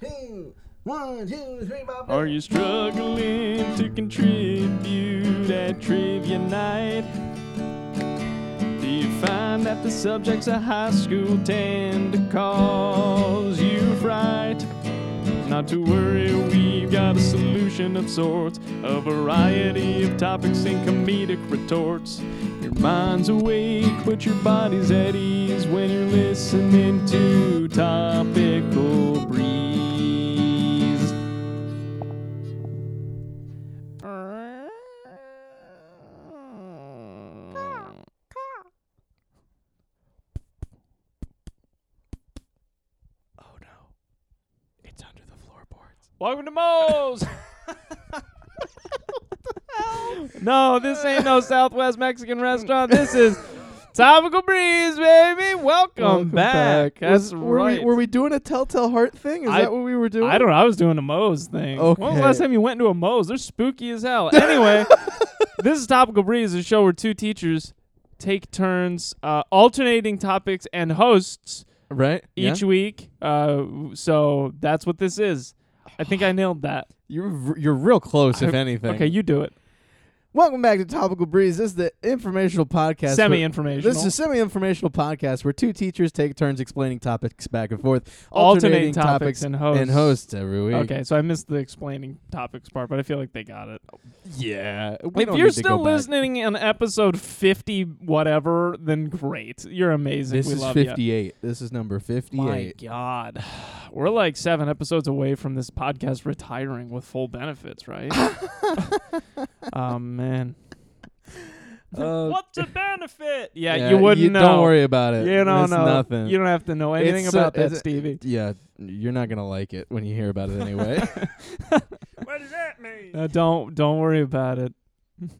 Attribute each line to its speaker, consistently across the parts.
Speaker 1: two, one, two, three, Bob.
Speaker 2: Are you struggling to contribute at trivia night? Do you find that the subjects of high school tend to cause you fright? Not to worry, we've got a solution of sorts, a variety of topics and comedic retorts. Your mind's awake, but your body's at ease when you're listening to Topical Breeze. Oh no. It's under the floorboards. Welcome to Moe's! No, this ain't no Southwest Mexican restaurant. This is Topical Breeze, baby. Welcome, back. That's
Speaker 3: Was- were
Speaker 2: right.
Speaker 3: We, were we doing a Telltale Heart thing? Is
Speaker 2: I-
Speaker 3: that what we were doing?
Speaker 2: I don't know. I was doing a Moe's thing. When was the last
Speaker 3: Okay.
Speaker 2: time you went to a Moe's? They're spooky as hell. Anyway, this is Topical Breeze, a show where two teachers take turns uh, alternating topics and hosts
Speaker 3: Right?
Speaker 2: each week. Uh, so that's what this is. I think I nailed that.
Speaker 3: You're v- you're real close, if
Speaker 2: I-
Speaker 3: anything.
Speaker 2: Okay, you do it.
Speaker 3: Welcome back to Topical Breeze. This is the informational podcast.
Speaker 2: Semi
Speaker 3: where-
Speaker 2: informational.
Speaker 3: This is a semi-informational podcast where two teachers take turns explaining topics back and forth,
Speaker 2: alternating topics, and hosts.
Speaker 3: and hosts every week.
Speaker 2: Okay, so I missed the explaining topics part, but I feel like they got it.
Speaker 3: Yeah.
Speaker 2: if you're still listening on episode 50 whatever, then great. You're amazing.
Speaker 3: this
Speaker 2: we
Speaker 3: is
Speaker 2: love you.
Speaker 3: 58. This is number 58.
Speaker 2: My God. We're like seven episodes away from this podcast retiring with full benefits, right? oh, man.
Speaker 3: Uh,
Speaker 2: What's a benefit? Yeah,
Speaker 3: yeah,
Speaker 2: you wouldn't know.
Speaker 3: Don't worry about it.
Speaker 2: You don't
Speaker 3: It's
Speaker 2: know.
Speaker 3: nothing.
Speaker 2: You don't have to know anything
Speaker 3: It's, uh,
Speaker 2: about that,
Speaker 3: it's-
Speaker 2: Stevie.
Speaker 3: yeah, you're not gonna like it when you hear about it anyway.
Speaker 2: what does that mean? Uh, don't don't worry about it.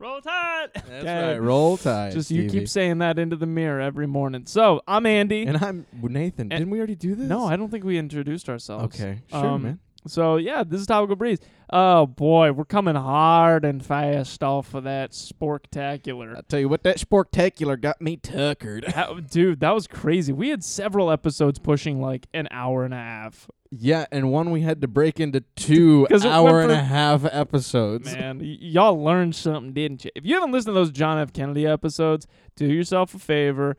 Speaker 2: Roll Tide.
Speaker 3: That's
Speaker 2: Okay.
Speaker 3: right. Roll tide.
Speaker 2: Just you
Speaker 3: Stevie.
Speaker 2: keep saying that into the mirror every morning. So I'm Andy.
Speaker 3: And I'm Nathan.
Speaker 2: And-
Speaker 3: Didn't we already do this?
Speaker 2: no, I don't think we introduced ourselves.
Speaker 3: Okay. Sure,
Speaker 2: Um,
Speaker 3: man.
Speaker 2: So yeah, this is Topical Breeze. Oh boy, we're coming hard and fast off of that sporktacular.
Speaker 3: I tell you what, that sportacular got me tuckered.
Speaker 2: How- dude, that was crazy. We had several episodes pushing like an hour and a half.
Speaker 3: Yeah, and one we had to break into two
Speaker 2: 'Cause it
Speaker 3: hour
Speaker 2: went
Speaker 3: and a
Speaker 2: for-
Speaker 3: half episodes.
Speaker 2: Man, y- y'all learned something, didn't you? If you haven't listened to those John F. Kennedy episodes, do yourself a favor.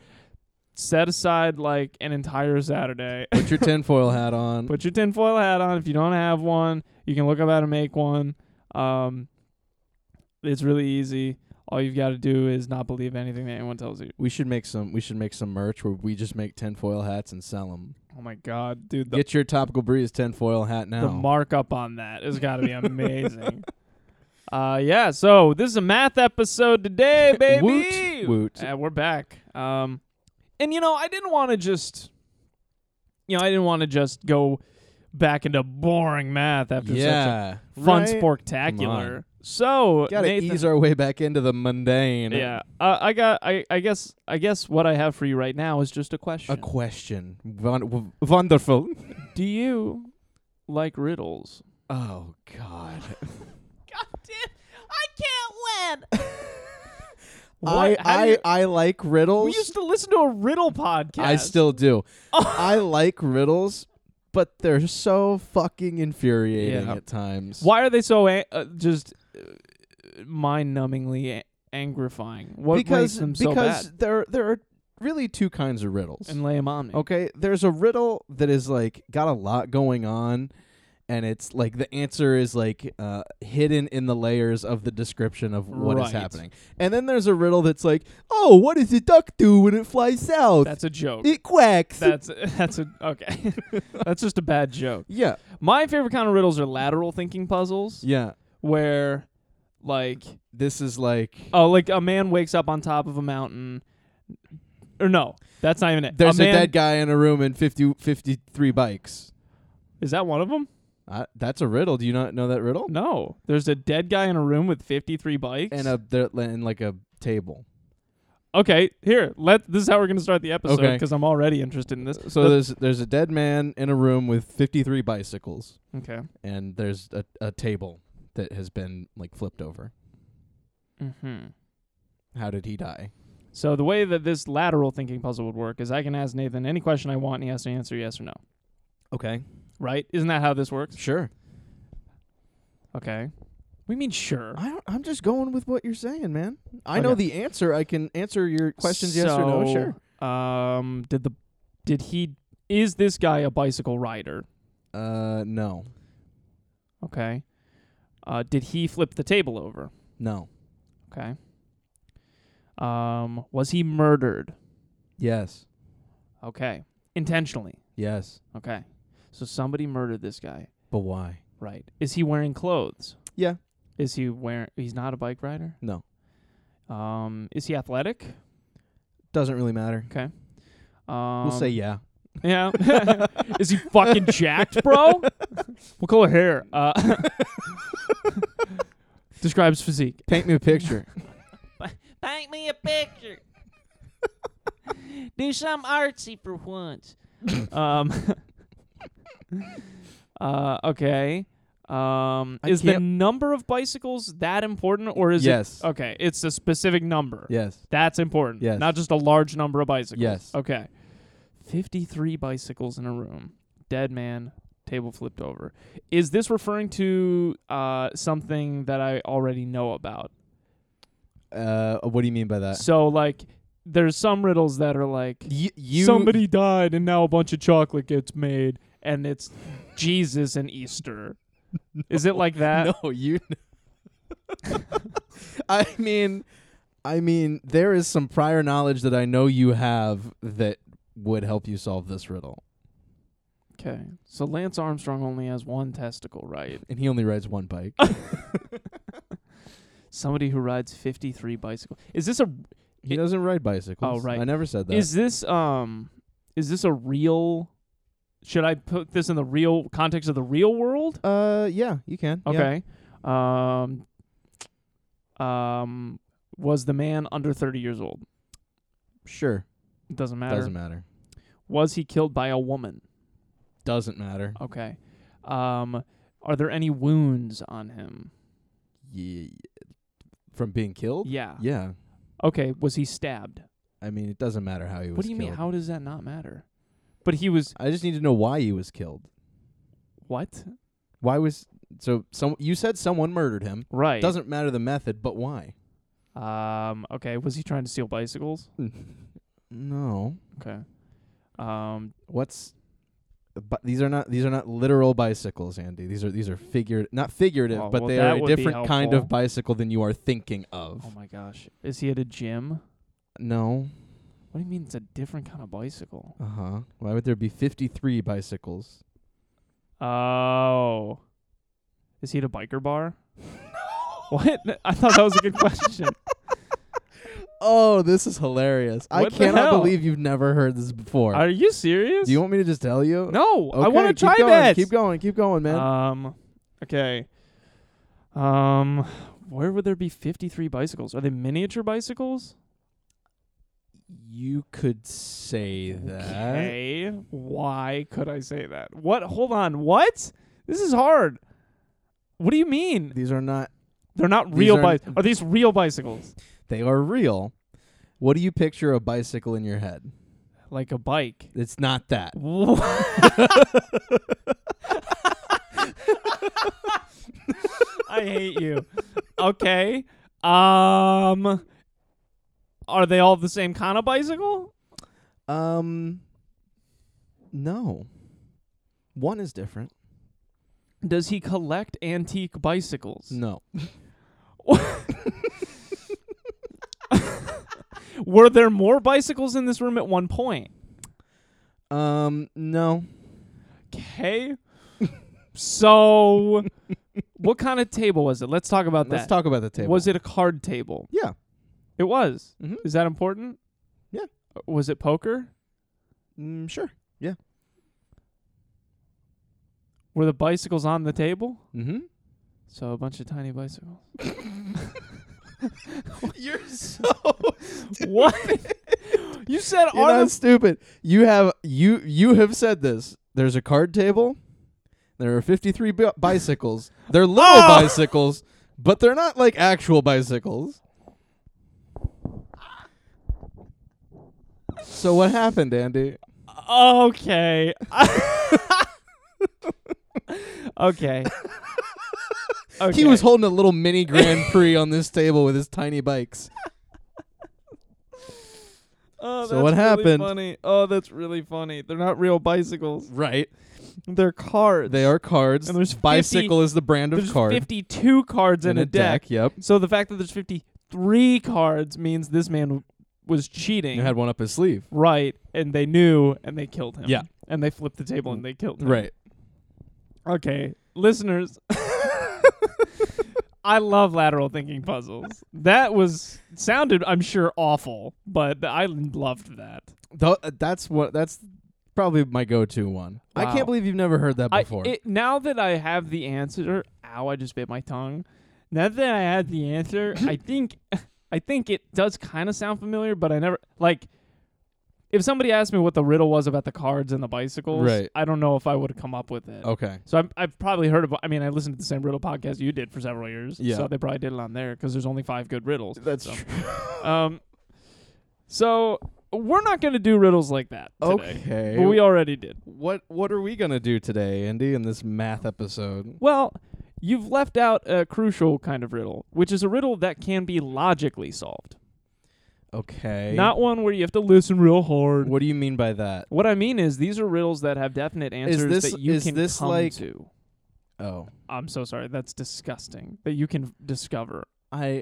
Speaker 2: Set aside like an entire Saturday.
Speaker 3: Put your tinfoil hat on.
Speaker 2: Put your tinfoil hat on. If you don't have one, you can look up how to make one. Um, it's really easy. All you've got to do is not believe anything that anyone tells you.
Speaker 3: we should make some. We should make some merch where we just make tinfoil hats and sell them.
Speaker 2: Oh my God, dude. The,
Speaker 3: Get your topical breeze tinfoil hat now.
Speaker 2: the markup on that has got to be amazing. uh, yeah, so this is a math episode today, baby.
Speaker 3: Woot, woot.
Speaker 2: Uh, we're back. Um, and, you know, I didn't want to just, you know, I didn't want to just go back into boring math after such a
Speaker 3: yeah,
Speaker 2: fun
Speaker 3: Right?
Speaker 2: sportacular. So
Speaker 3: Gotta
Speaker 2: Nathan,
Speaker 3: ease our way back into the mundane.
Speaker 2: yeah, uh, I got. I, I guess. I guess what I have for you right now is just a question.
Speaker 3: A question. Won- w- wonderful.
Speaker 2: Do you like riddles?
Speaker 3: Oh God.
Speaker 2: God damn! I can't
Speaker 3: I
Speaker 2: win. What? How do
Speaker 3: I,
Speaker 2: you-
Speaker 3: I like riddles.
Speaker 2: we used to listen to a riddle podcast.
Speaker 3: I still do.
Speaker 2: Oh.
Speaker 3: I like riddles, but they're so fucking infuriating
Speaker 2: Yeah.
Speaker 3: at times.
Speaker 2: Why are they so a- uh, just uh, mind-numbingly a- angrifying? What makes
Speaker 3: because
Speaker 2: them so
Speaker 3: because
Speaker 2: bad?
Speaker 3: there there are really two kinds of riddles.
Speaker 2: And lay 'em on me.
Speaker 3: okay, there's a riddle that is like got a lot going on. And it's like the answer is like uh, hidden in the layers of the description of what is
Speaker 2: Right.
Speaker 3: happening. And then there's a riddle that's like, oh, what does a duck do when it flies south?
Speaker 2: That's a joke.
Speaker 3: it quacks.
Speaker 2: that's that's a okay. that's just a bad joke.
Speaker 3: yeah,
Speaker 2: My favorite kind of riddles are lateral thinking puzzles
Speaker 3: yeah.
Speaker 2: where like
Speaker 3: This is like
Speaker 2: oh like a man wakes up on top of a mountain or no, that's not even it.
Speaker 3: there's a,
Speaker 2: man,
Speaker 3: dead guy in a room and 50, 53 bikes.
Speaker 2: Is that one of them?
Speaker 3: I, that's a riddle. Do you not know that riddle?
Speaker 2: No. There's a dead guy in a room with 53 bikes.
Speaker 3: And a there, and like a table.
Speaker 2: Okay, here. Let this is how we're going to start the episode
Speaker 3: Okay.
Speaker 2: cuz I'm already interested in this.
Speaker 3: So
Speaker 2: The-
Speaker 3: there's there's a dead man in a room with 53 bicycles,
Speaker 2: Okay.
Speaker 3: and there's a, a table that has been like flipped over.
Speaker 2: Mhm.
Speaker 3: How did he die?
Speaker 2: So the way that this lateral thinking puzzle would work is I can ask Nathan any question I want and he has to answer yes or no.
Speaker 3: Okay.
Speaker 2: right? Isn't that how this works?
Speaker 3: Sure.
Speaker 2: Okay. We mean sure.
Speaker 3: I don't, I'm just going with what you're saying, man. I know
Speaker 2: Okay.
Speaker 3: the answer. I can answer your questions yes or no. Sure.
Speaker 2: So, Um did the did he is this guy a bicycle rider?
Speaker 3: Uh, no,
Speaker 2: Okay. Uh did he flip the table over?
Speaker 3: no,
Speaker 2: Okay. Um was he murdered?
Speaker 3: yes,
Speaker 2: Okay. Intentionally.
Speaker 3: yes.
Speaker 2: Okay. So somebody murdered this guy.
Speaker 3: But why?
Speaker 2: Right. Is he wearing clothes?
Speaker 3: Yeah.
Speaker 2: Is he wearing he's not a bike rider?
Speaker 3: No.
Speaker 2: Um is he athletic?
Speaker 3: Doesn't really matter.
Speaker 2: Um
Speaker 3: We'll say yeah.
Speaker 2: Yeah. Is he fucking jacked, bro? what color hair? Uh, describes physique.
Speaker 3: Paint me a picture.
Speaker 4: Paint me a picture. Do some artsy for once.
Speaker 2: Um, uh, okay. Um,
Speaker 3: I
Speaker 2: is the
Speaker 3: can't-
Speaker 2: number of bicycles that important, or is
Speaker 3: yes.
Speaker 2: it? Okay, it's a specific number.
Speaker 3: Yes.
Speaker 2: That's important.
Speaker 3: Yes.
Speaker 2: Not just a large number of bicycles.
Speaker 3: Yes.
Speaker 2: Okay. 53 bicycles in a room. Dead man, table flipped over. Is this referring to uh, something that I already know about?
Speaker 3: Uh, what do you mean by that?
Speaker 2: so, like, there's some riddles that are like,
Speaker 3: Y- you
Speaker 2: somebody died and now a bunch of chocolate gets made and it's Jesus and Easter. Is it like that?
Speaker 3: No, you. I mean, I mean, there is some prior knowledge that I know you have that would help you solve this riddle,
Speaker 2: Okay. So Lance Armstrong only has one testicle, right?
Speaker 3: and he only rides one bike.
Speaker 2: Somebody who rides 53 bicycles. Is this a
Speaker 3: he
Speaker 2: It-
Speaker 3: doesn't ride bicycles.
Speaker 2: Oh, right.
Speaker 3: I never said that.
Speaker 2: Is this um is this a real should I put this in the real context of the real world?
Speaker 3: uh, yeah, you can. Yeah.
Speaker 2: Okay. Um um was the man under 30 years old?
Speaker 3: sure.
Speaker 2: It doesn't matter.
Speaker 3: Doesn't matter.
Speaker 2: Was he killed by a woman?
Speaker 3: Doesn't matter.
Speaker 2: Okay. Um are there any wounds on him?
Speaker 3: Ye- from being killed.
Speaker 2: Yeah.
Speaker 3: Yeah.
Speaker 2: Okay, was he stabbed?
Speaker 3: I mean, it doesn't matter how he was.
Speaker 2: What do you mean
Speaker 3: killed.
Speaker 2: how does that not matter? But he was
Speaker 3: I just need to know why he was killed.
Speaker 2: what?
Speaker 3: Why was so? Some you said someone murdered him.
Speaker 2: Right.
Speaker 3: Doesn't matter the method, but why?
Speaker 2: um okay, was he trying to steal bicycles?
Speaker 3: No.
Speaker 2: Okay. Um
Speaker 3: What's but these are not these are not literal bicycles, Andy. These are these are figured not figurative,
Speaker 2: Oh,
Speaker 3: but
Speaker 2: well,
Speaker 3: they
Speaker 2: that
Speaker 3: are a
Speaker 2: would be
Speaker 3: different kind of
Speaker 2: helpful.
Speaker 3: bicycle than you are thinking of.
Speaker 2: Oh my gosh. Is he at a gym?
Speaker 3: no.
Speaker 2: What do you mean it's a different kind of bicycle?
Speaker 3: Uh-huh. Why would there be 53 bicycles?
Speaker 2: Oh. Is he at a biker bar? What? I thought that was a good question.
Speaker 3: Oh, this is hilarious. I
Speaker 2: What the
Speaker 3: cannot
Speaker 2: hell?
Speaker 3: believe you've never heard this before.
Speaker 2: Are you serious?
Speaker 3: Do you want me to just tell you?
Speaker 2: No, I
Speaker 3: Okay,
Speaker 2: want to
Speaker 3: keep
Speaker 2: try
Speaker 3: going,
Speaker 2: that.
Speaker 3: Keep going, keep going, man.
Speaker 2: Um okay. Um where would there be 53 bicycles? Are they miniature bicycles?
Speaker 3: you could say that.
Speaker 2: Okay. Why could I say that? What? Hold on. What? This is hard. What do you mean?
Speaker 3: These are not
Speaker 2: They're not
Speaker 3: These
Speaker 2: real
Speaker 3: aren't-
Speaker 2: bicycles. Are these real bicycles?
Speaker 3: they are real. What do you picture a bicycle in your head?
Speaker 2: Like a bike.
Speaker 3: It's not that.
Speaker 2: I hate you. Okay. Um are they all the same kind of bicycle?
Speaker 3: Um, no. One is different.
Speaker 2: Does he collect antique bicycles?
Speaker 3: No.
Speaker 2: Were there more bicycles in this room at one point?
Speaker 3: Um, no.
Speaker 2: Okay. so, what kind of table was it? Let's talk about
Speaker 3: Let's
Speaker 2: that.
Speaker 3: talk about the table.
Speaker 2: Was it a card table?
Speaker 3: Yeah.
Speaker 2: It was.
Speaker 3: Mhm.
Speaker 2: Is that important?
Speaker 3: Yeah.
Speaker 2: Uh, Was it poker?
Speaker 3: Mm, sure. Yeah.
Speaker 2: Were the bicycles on the table?
Speaker 3: Mm-hmm.
Speaker 2: So a bunch of tiny bicycles.
Speaker 3: You're so
Speaker 2: what? you said
Speaker 3: You're
Speaker 2: on
Speaker 3: not stupid. You have you you have said this. There's a card table. There are 53 bi- bicycles. They're little
Speaker 2: Oh!
Speaker 3: bicycles, but they're not like actual bicycles. So what happened, Andy?
Speaker 2: the okay. Okay. okay.
Speaker 3: He was holding a little mini Grand Prix on this table with his tiny bikes. So
Speaker 2: Oh, that's
Speaker 3: what
Speaker 2: really
Speaker 3: happened-
Speaker 2: Funny. Oh, that's really funny. They're not real bicycles.
Speaker 3: Right.
Speaker 2: They're cards.
Speaker 3: They are cards.
Speaker 2: And there's 50
Speaker 3: bicycle is the brand of
Speaker 2: There's
Speaker 3: card.
Speaker 2: 52 cards in,
Speaker 3: and a deck. Yep.
Speaker 2: So the fact that there's 53 cards means this man w- was cheating.
Speaker 3: You had one up his sleeve.
Speaker 2: right, and they knew, and they killed him.
Speaker 3: Yeah.
Speaker 2: And they flipped the table and they killed him.
Speaker 3: Right.
Speaker 2: Okay, listeners. I love lateral thinking puzzles. That was sounded, I'm sure, awful, but I loved that.
Speaker 3: Tho- uh, that's what. That's probably my go-to one. I
Speaker 2: Wow.
Speaker 3: can't believe you've never heard that
Speaker 2: I-
Speaker 3: before.
Speaker 2: it- now that I have the answer, ow! I just bit my tongue. Now that I have the answer, I think, I think it does kind of sound familiar, but I never like. If somebody asked me what the riddle was about the cards and the bicycles,
Speaker 3: Right.
Speaker 2: I don't know if I would have come up with it.
Speaker 3: okay.
Speaker 2: So I've, I've probably heard of. I mean, I listened to the same riddle podcast you did for several years.
Speaker 3: Yeah.
Speaker 2: So they probably did it on there because there's only five good riddles.
Speaker 3: That's
Speaker 2: so, Um. So we're not gonna do riddles like that. Today,
Speaker 3: Okay.
Speaker 2: But we already did.
Speaker 3: what What are we gonna do today, Andy, in this math episode?
Speaker 2: Well, you've left out a crucial kind of riddle, which is a riddle that can be logically solved.
Speaker 3: Okay.
Speaker 2: Not one where you have to listen real hard.
Speaker 3: What do you mean by that?
Speaker 2: What I mean is these are riddles that have definite answers
Speaker 3: this-
Speaker 2: that you
Speaker 3: is
Speaker 2: can
Speaker 3: this
Speaker 2: come
Speaker 3: like-
Speaker 2: to.
Speaker 3: Oh,
Speaker 2: I'm so sorry. That's disgusting. That you can discover.
Speaker 3: I.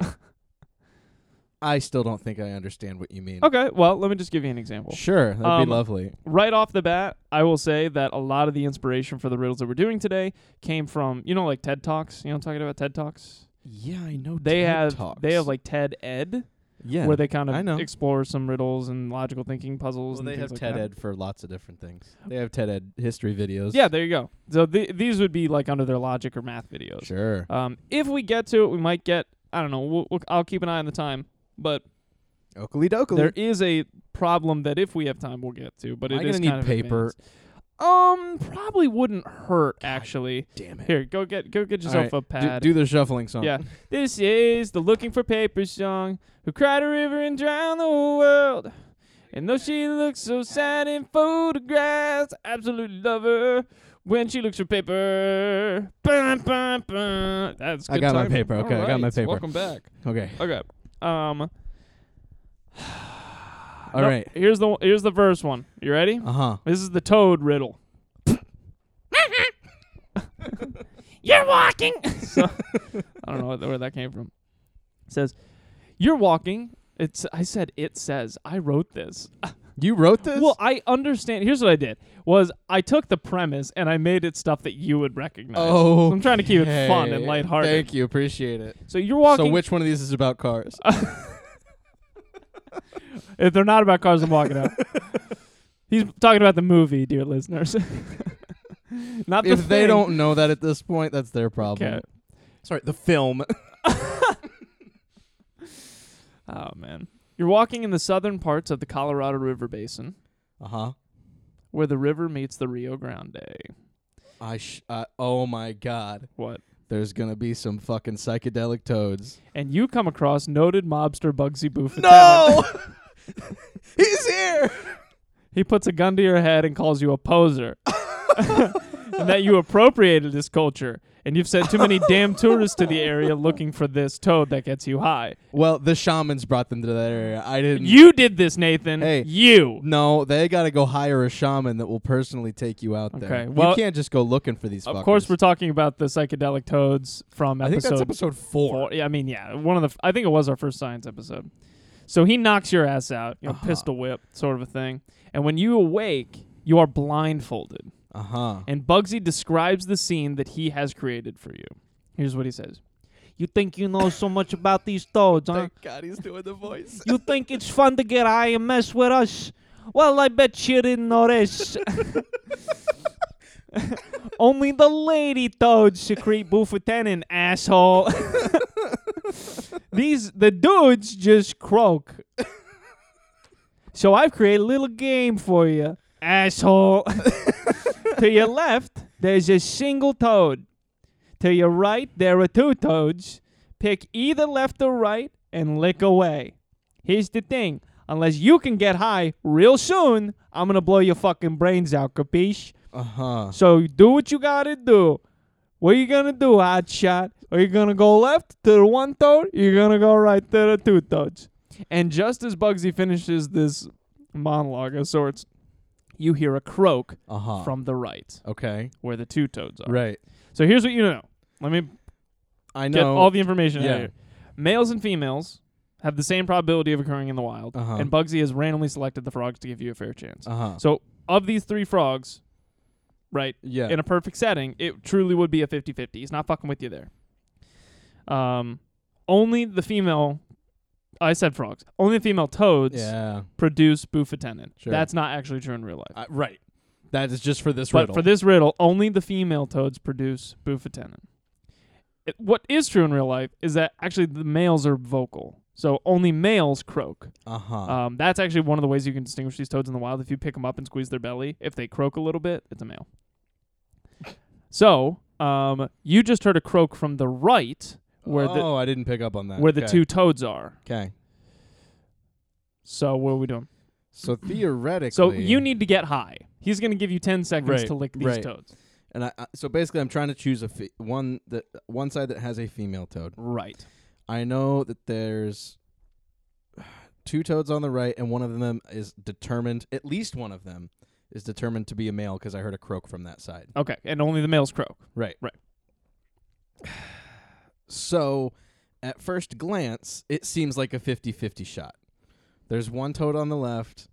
Speaker 3: I still don't think I understand what you mean.
Speaker 2: Okay, well, let me just give you an example.
Speaker 3: Sure, that'd
Speaker 2: Um,
Speaker 3: be lovely.
Speaker 2: Right off the bat, I will say that a lot of the inspiration for the riddles that we're doing today came from, you know, like TED Talks. You know, what I'm talking about TED Talks.
Speaker 3: Yeah, I know.
Speaker 2: They have they have like TED Ed,
Speaker 3: Oh, yeah.
Speaker 2: where they kind of
Speaker 3: I know.
Speaker 2: explore some riddles and logical thinking
Speaker 3: Well,
Speaker 2: puzzles. and
Speaker 3: they
Speaker 2: things
Speaker 3: have
Speaker 2: like
Speaker 3: TED
Speaker 2: that.
Speaker 3: Ed for lots of different things. They have TED Ed history videos.
Speaker 2: Yeah, there you go. So th- these would be like under their logic or math videos.
Speaker 3: Sure.
Speaker 2: Um, if we get to it, we might get I don't know. We'll, we'll, I'll keep an eye on the time, but
Speaker 3: Oakley dokley.
Speaker 2: there is a problem that if we have time, we'll get to. But
Speaker 3: Am
Speaker 2: it
Speaker 3: I gonna
Speaker 2: is
Speaker 3: need
Speaker 2: kind of
Speaker 3: paper?
Speaker 2: advanced. Um, probably wouldn't hurt actually.
Speaker 3: Damn it.
Speaker 2: Here, go get go get
Speaker 3: All
Speaker 2: yourself
Speaker 3: right,
Speaker 2: a
Speaker 3: do-
Speaker 2: pad.
Speaker 3: Do, the shuffling song.
Speaker 2: yeah, this is the looking for paper song. Who cried a river and drowned the whole world. And though she looks so sad in photographs, absolutely love her when she looks for paper. Bum, bum, bum. That's
Speaker 3: I
Speaker 2: good
Speaker 3: got my
Speaker 2: timing.
Speaker 3: paper.
Speaker 2: All
Speaker 3: Okay, I got my
Speaker 2: right,
Speaker 3: paper.
Speaker 2: Welcome back.
Speaker 3: Okay.
Speaker 2: Okay. Um.
Speaker 3: All
Speaker 2: no,
Speaker 3: right.
Speaker 2: Here's the here's the first one. You ready?
Speaker 3: Uh huh.
Speaker 2: This is the toad riddle.
Speaker 4: You're walking.
Speaker 2: I don't know what- where that came from. It says, "You're walking." It's. I said it says. I wrote this.
Speaker 3: You wrote this?
Speaker 2: Well, I understand. Here's what I did: was I took the premise and I made it stuff that you would recognize.
Speaker 3: oh.
Speaker 2: So I'm trying to keep it fun and
Speaker 3: okay.
Speaker 2: lighthearted.
Speaker 3: Thank you. Appreciate it.
Speaker 2: So you're walking.
Speaker 3: So which one of these is about cars?
Speaker 2: if they're not about cars, I'm walking out. He's talking about the movie, dear listeners. not the
Speaker 3: if they
Speaker 2: thing.
Speaker 3: don't know that at this point, that's their problem.
Speaker 2: Okay.
Speaker 3: Sorry, the film.
Speaker 2: Oh man, you're walking in the southern parts of the Colorado River Basin,
Speaker 3: Uh huh.
Speaker 2: where the river meets the Rio Grande.
Speaker 3: I sh- I oh my god.
Speaker 2: What?
Speaker 3: There's gonna be some fucking psychedelic toads.
Speaker 2: And you come across noted mobster Bugsy Buffett.
Speaker 3: He's here.
Speaker 2: He puts a gun to your head and calls you a poser. and that you appropriated this culture. And you've sent too many damn tourists to the area looking for this toad that gets you high.
Speaker 3: Well, the shamans brought them to that area. I didn't.
Speaker 2: You did this, Nathan.
Speaker 3: Hey.
Speaker 2: You.
Speaker 3: no, they gotta go hire a shaman that will personally take you out there.
Speaker 2: Okay, well-
Speaker 3: you can't just go looking for these.
Speaker 2: Of
Speaker 3: fuckers.
Speaker 2: course, we're talking about the psychedelic toads from
Speaker 3: I think that's
Speaker 2: episode
Speaker 3: episode four.
Speaker 2: four. Yeah, I mean, yeah, one of the. f- I think it was our first science episode. So he knocks your ass out, you know,
Speaker 3: Uh-huh.
Speaker 2: pistol whip sort of a thing. And when you awake, you are blindfolded.
Speaker 3: Uh huh.
Speaker 2: And Bugsy describes the scene that he has created for you. Here's what he says.
Speaker 4: You think you know so much about these toads, huh?
Speaker 3: God, he's doing the voice.
Speaker 4: You think it's fun to get high and mess with us? Well, I bet you didn't notice.
Speaker 2: Only the lady toads secrete bufotenin, asshole. These the dudes just croak. So I've created a little game for you, asshole. to your left, there's a single toad. To your right, there are two toads. Pick either left or right and lick away. Here's the thing. Unless you can get high real soon, I'm gonna blow your fucking brains out, capiche?
Speaker 3: Uh huh.
Speaker 2: So do what you gotta do. What you gonna do, hot shot? Are you gonna go left to the one toad? You're gonna go right to the two toads. And just as Bugsy finishes this monologue of sorts, you hear a croak
Speaker 3: Uh huh.
Speaker 2: from the right,
Speaker 3: okay.
Speaker 2: where the two toads are.
Speaker 3: Right.
Speaker 2: So here's what you know. Let me
Speaker 3: I
Speaker 2: get
Speaker 3: know.
Speaker 2: all the information out
Speaker 3: Yeah.
Speaker 2: here. Males and females have the same probability of occurring in the wild,
Speaker 3: Uh-huh.
Speaker 2: and Bugsy has randomly selected the frogs to give you a fair chance.
Speaker 3: uh huh.
Speaker 2: So of these three frogs, right,
Speaker 3: Yeah.
Speaker 2: in a perfect setting, it truly would be a 50-50. He's not fucking with you there. Um, only the female, I said frogs. Only the female toads
Speaker 3: yeah.
Speaker 2: produce bufotenin.
Speaker 3: Sure.
Speaker 2: That's not actually true in real life.
Speaker 3: Uh, right. That is just for this
Speaker 2: but
Speaker 3: riddle.
Speaker 2: for this riddle, only the female toads produce bufotenin. It, what is true in real life is that actually the males are vocal. So only males croak.
Speaker 3: uh-huh.
Speaker 2: Um, that's actually one of the ways you can distinguish these toads in the wild. If you pick them up and squeeze their belly, if they croak a little bit, it's a male. So, um, you just heard a croak from the right, where
Speaker 3: oh,
Speaker 2: the
Speaker 3: I didn't pick up on that.
Speaker 2: where the
Speaker 3: Okay.
Speaker 2: two toads are.
Speaker 3: Okay.
Speaker 2: So, what are we doing?
Speaker 3: So theoretically.
Speaker 2: So, you need to get high. He's going to give you ten seconds
Speaker 3: Right,
Speaker 2: to lick these
Speaker 3: right.
Speaker 2: toads.
Speaker 3: And I, I so basically, I'm trying to choose a fe- one that one side that has a female toad.
Speaker 2: Right.
Speaker 3: I know that there's two toads on the right, and one of them is determined. At least one of them is determined to be a male because I heard a croak from that side.
Speaker 2: Okay. And only the males croak.
Speaker 3: Right.
Speaker 2: Right.
Speaker 3: So, at first glance, it seems like a 50 50 shot. There's one toad on the left.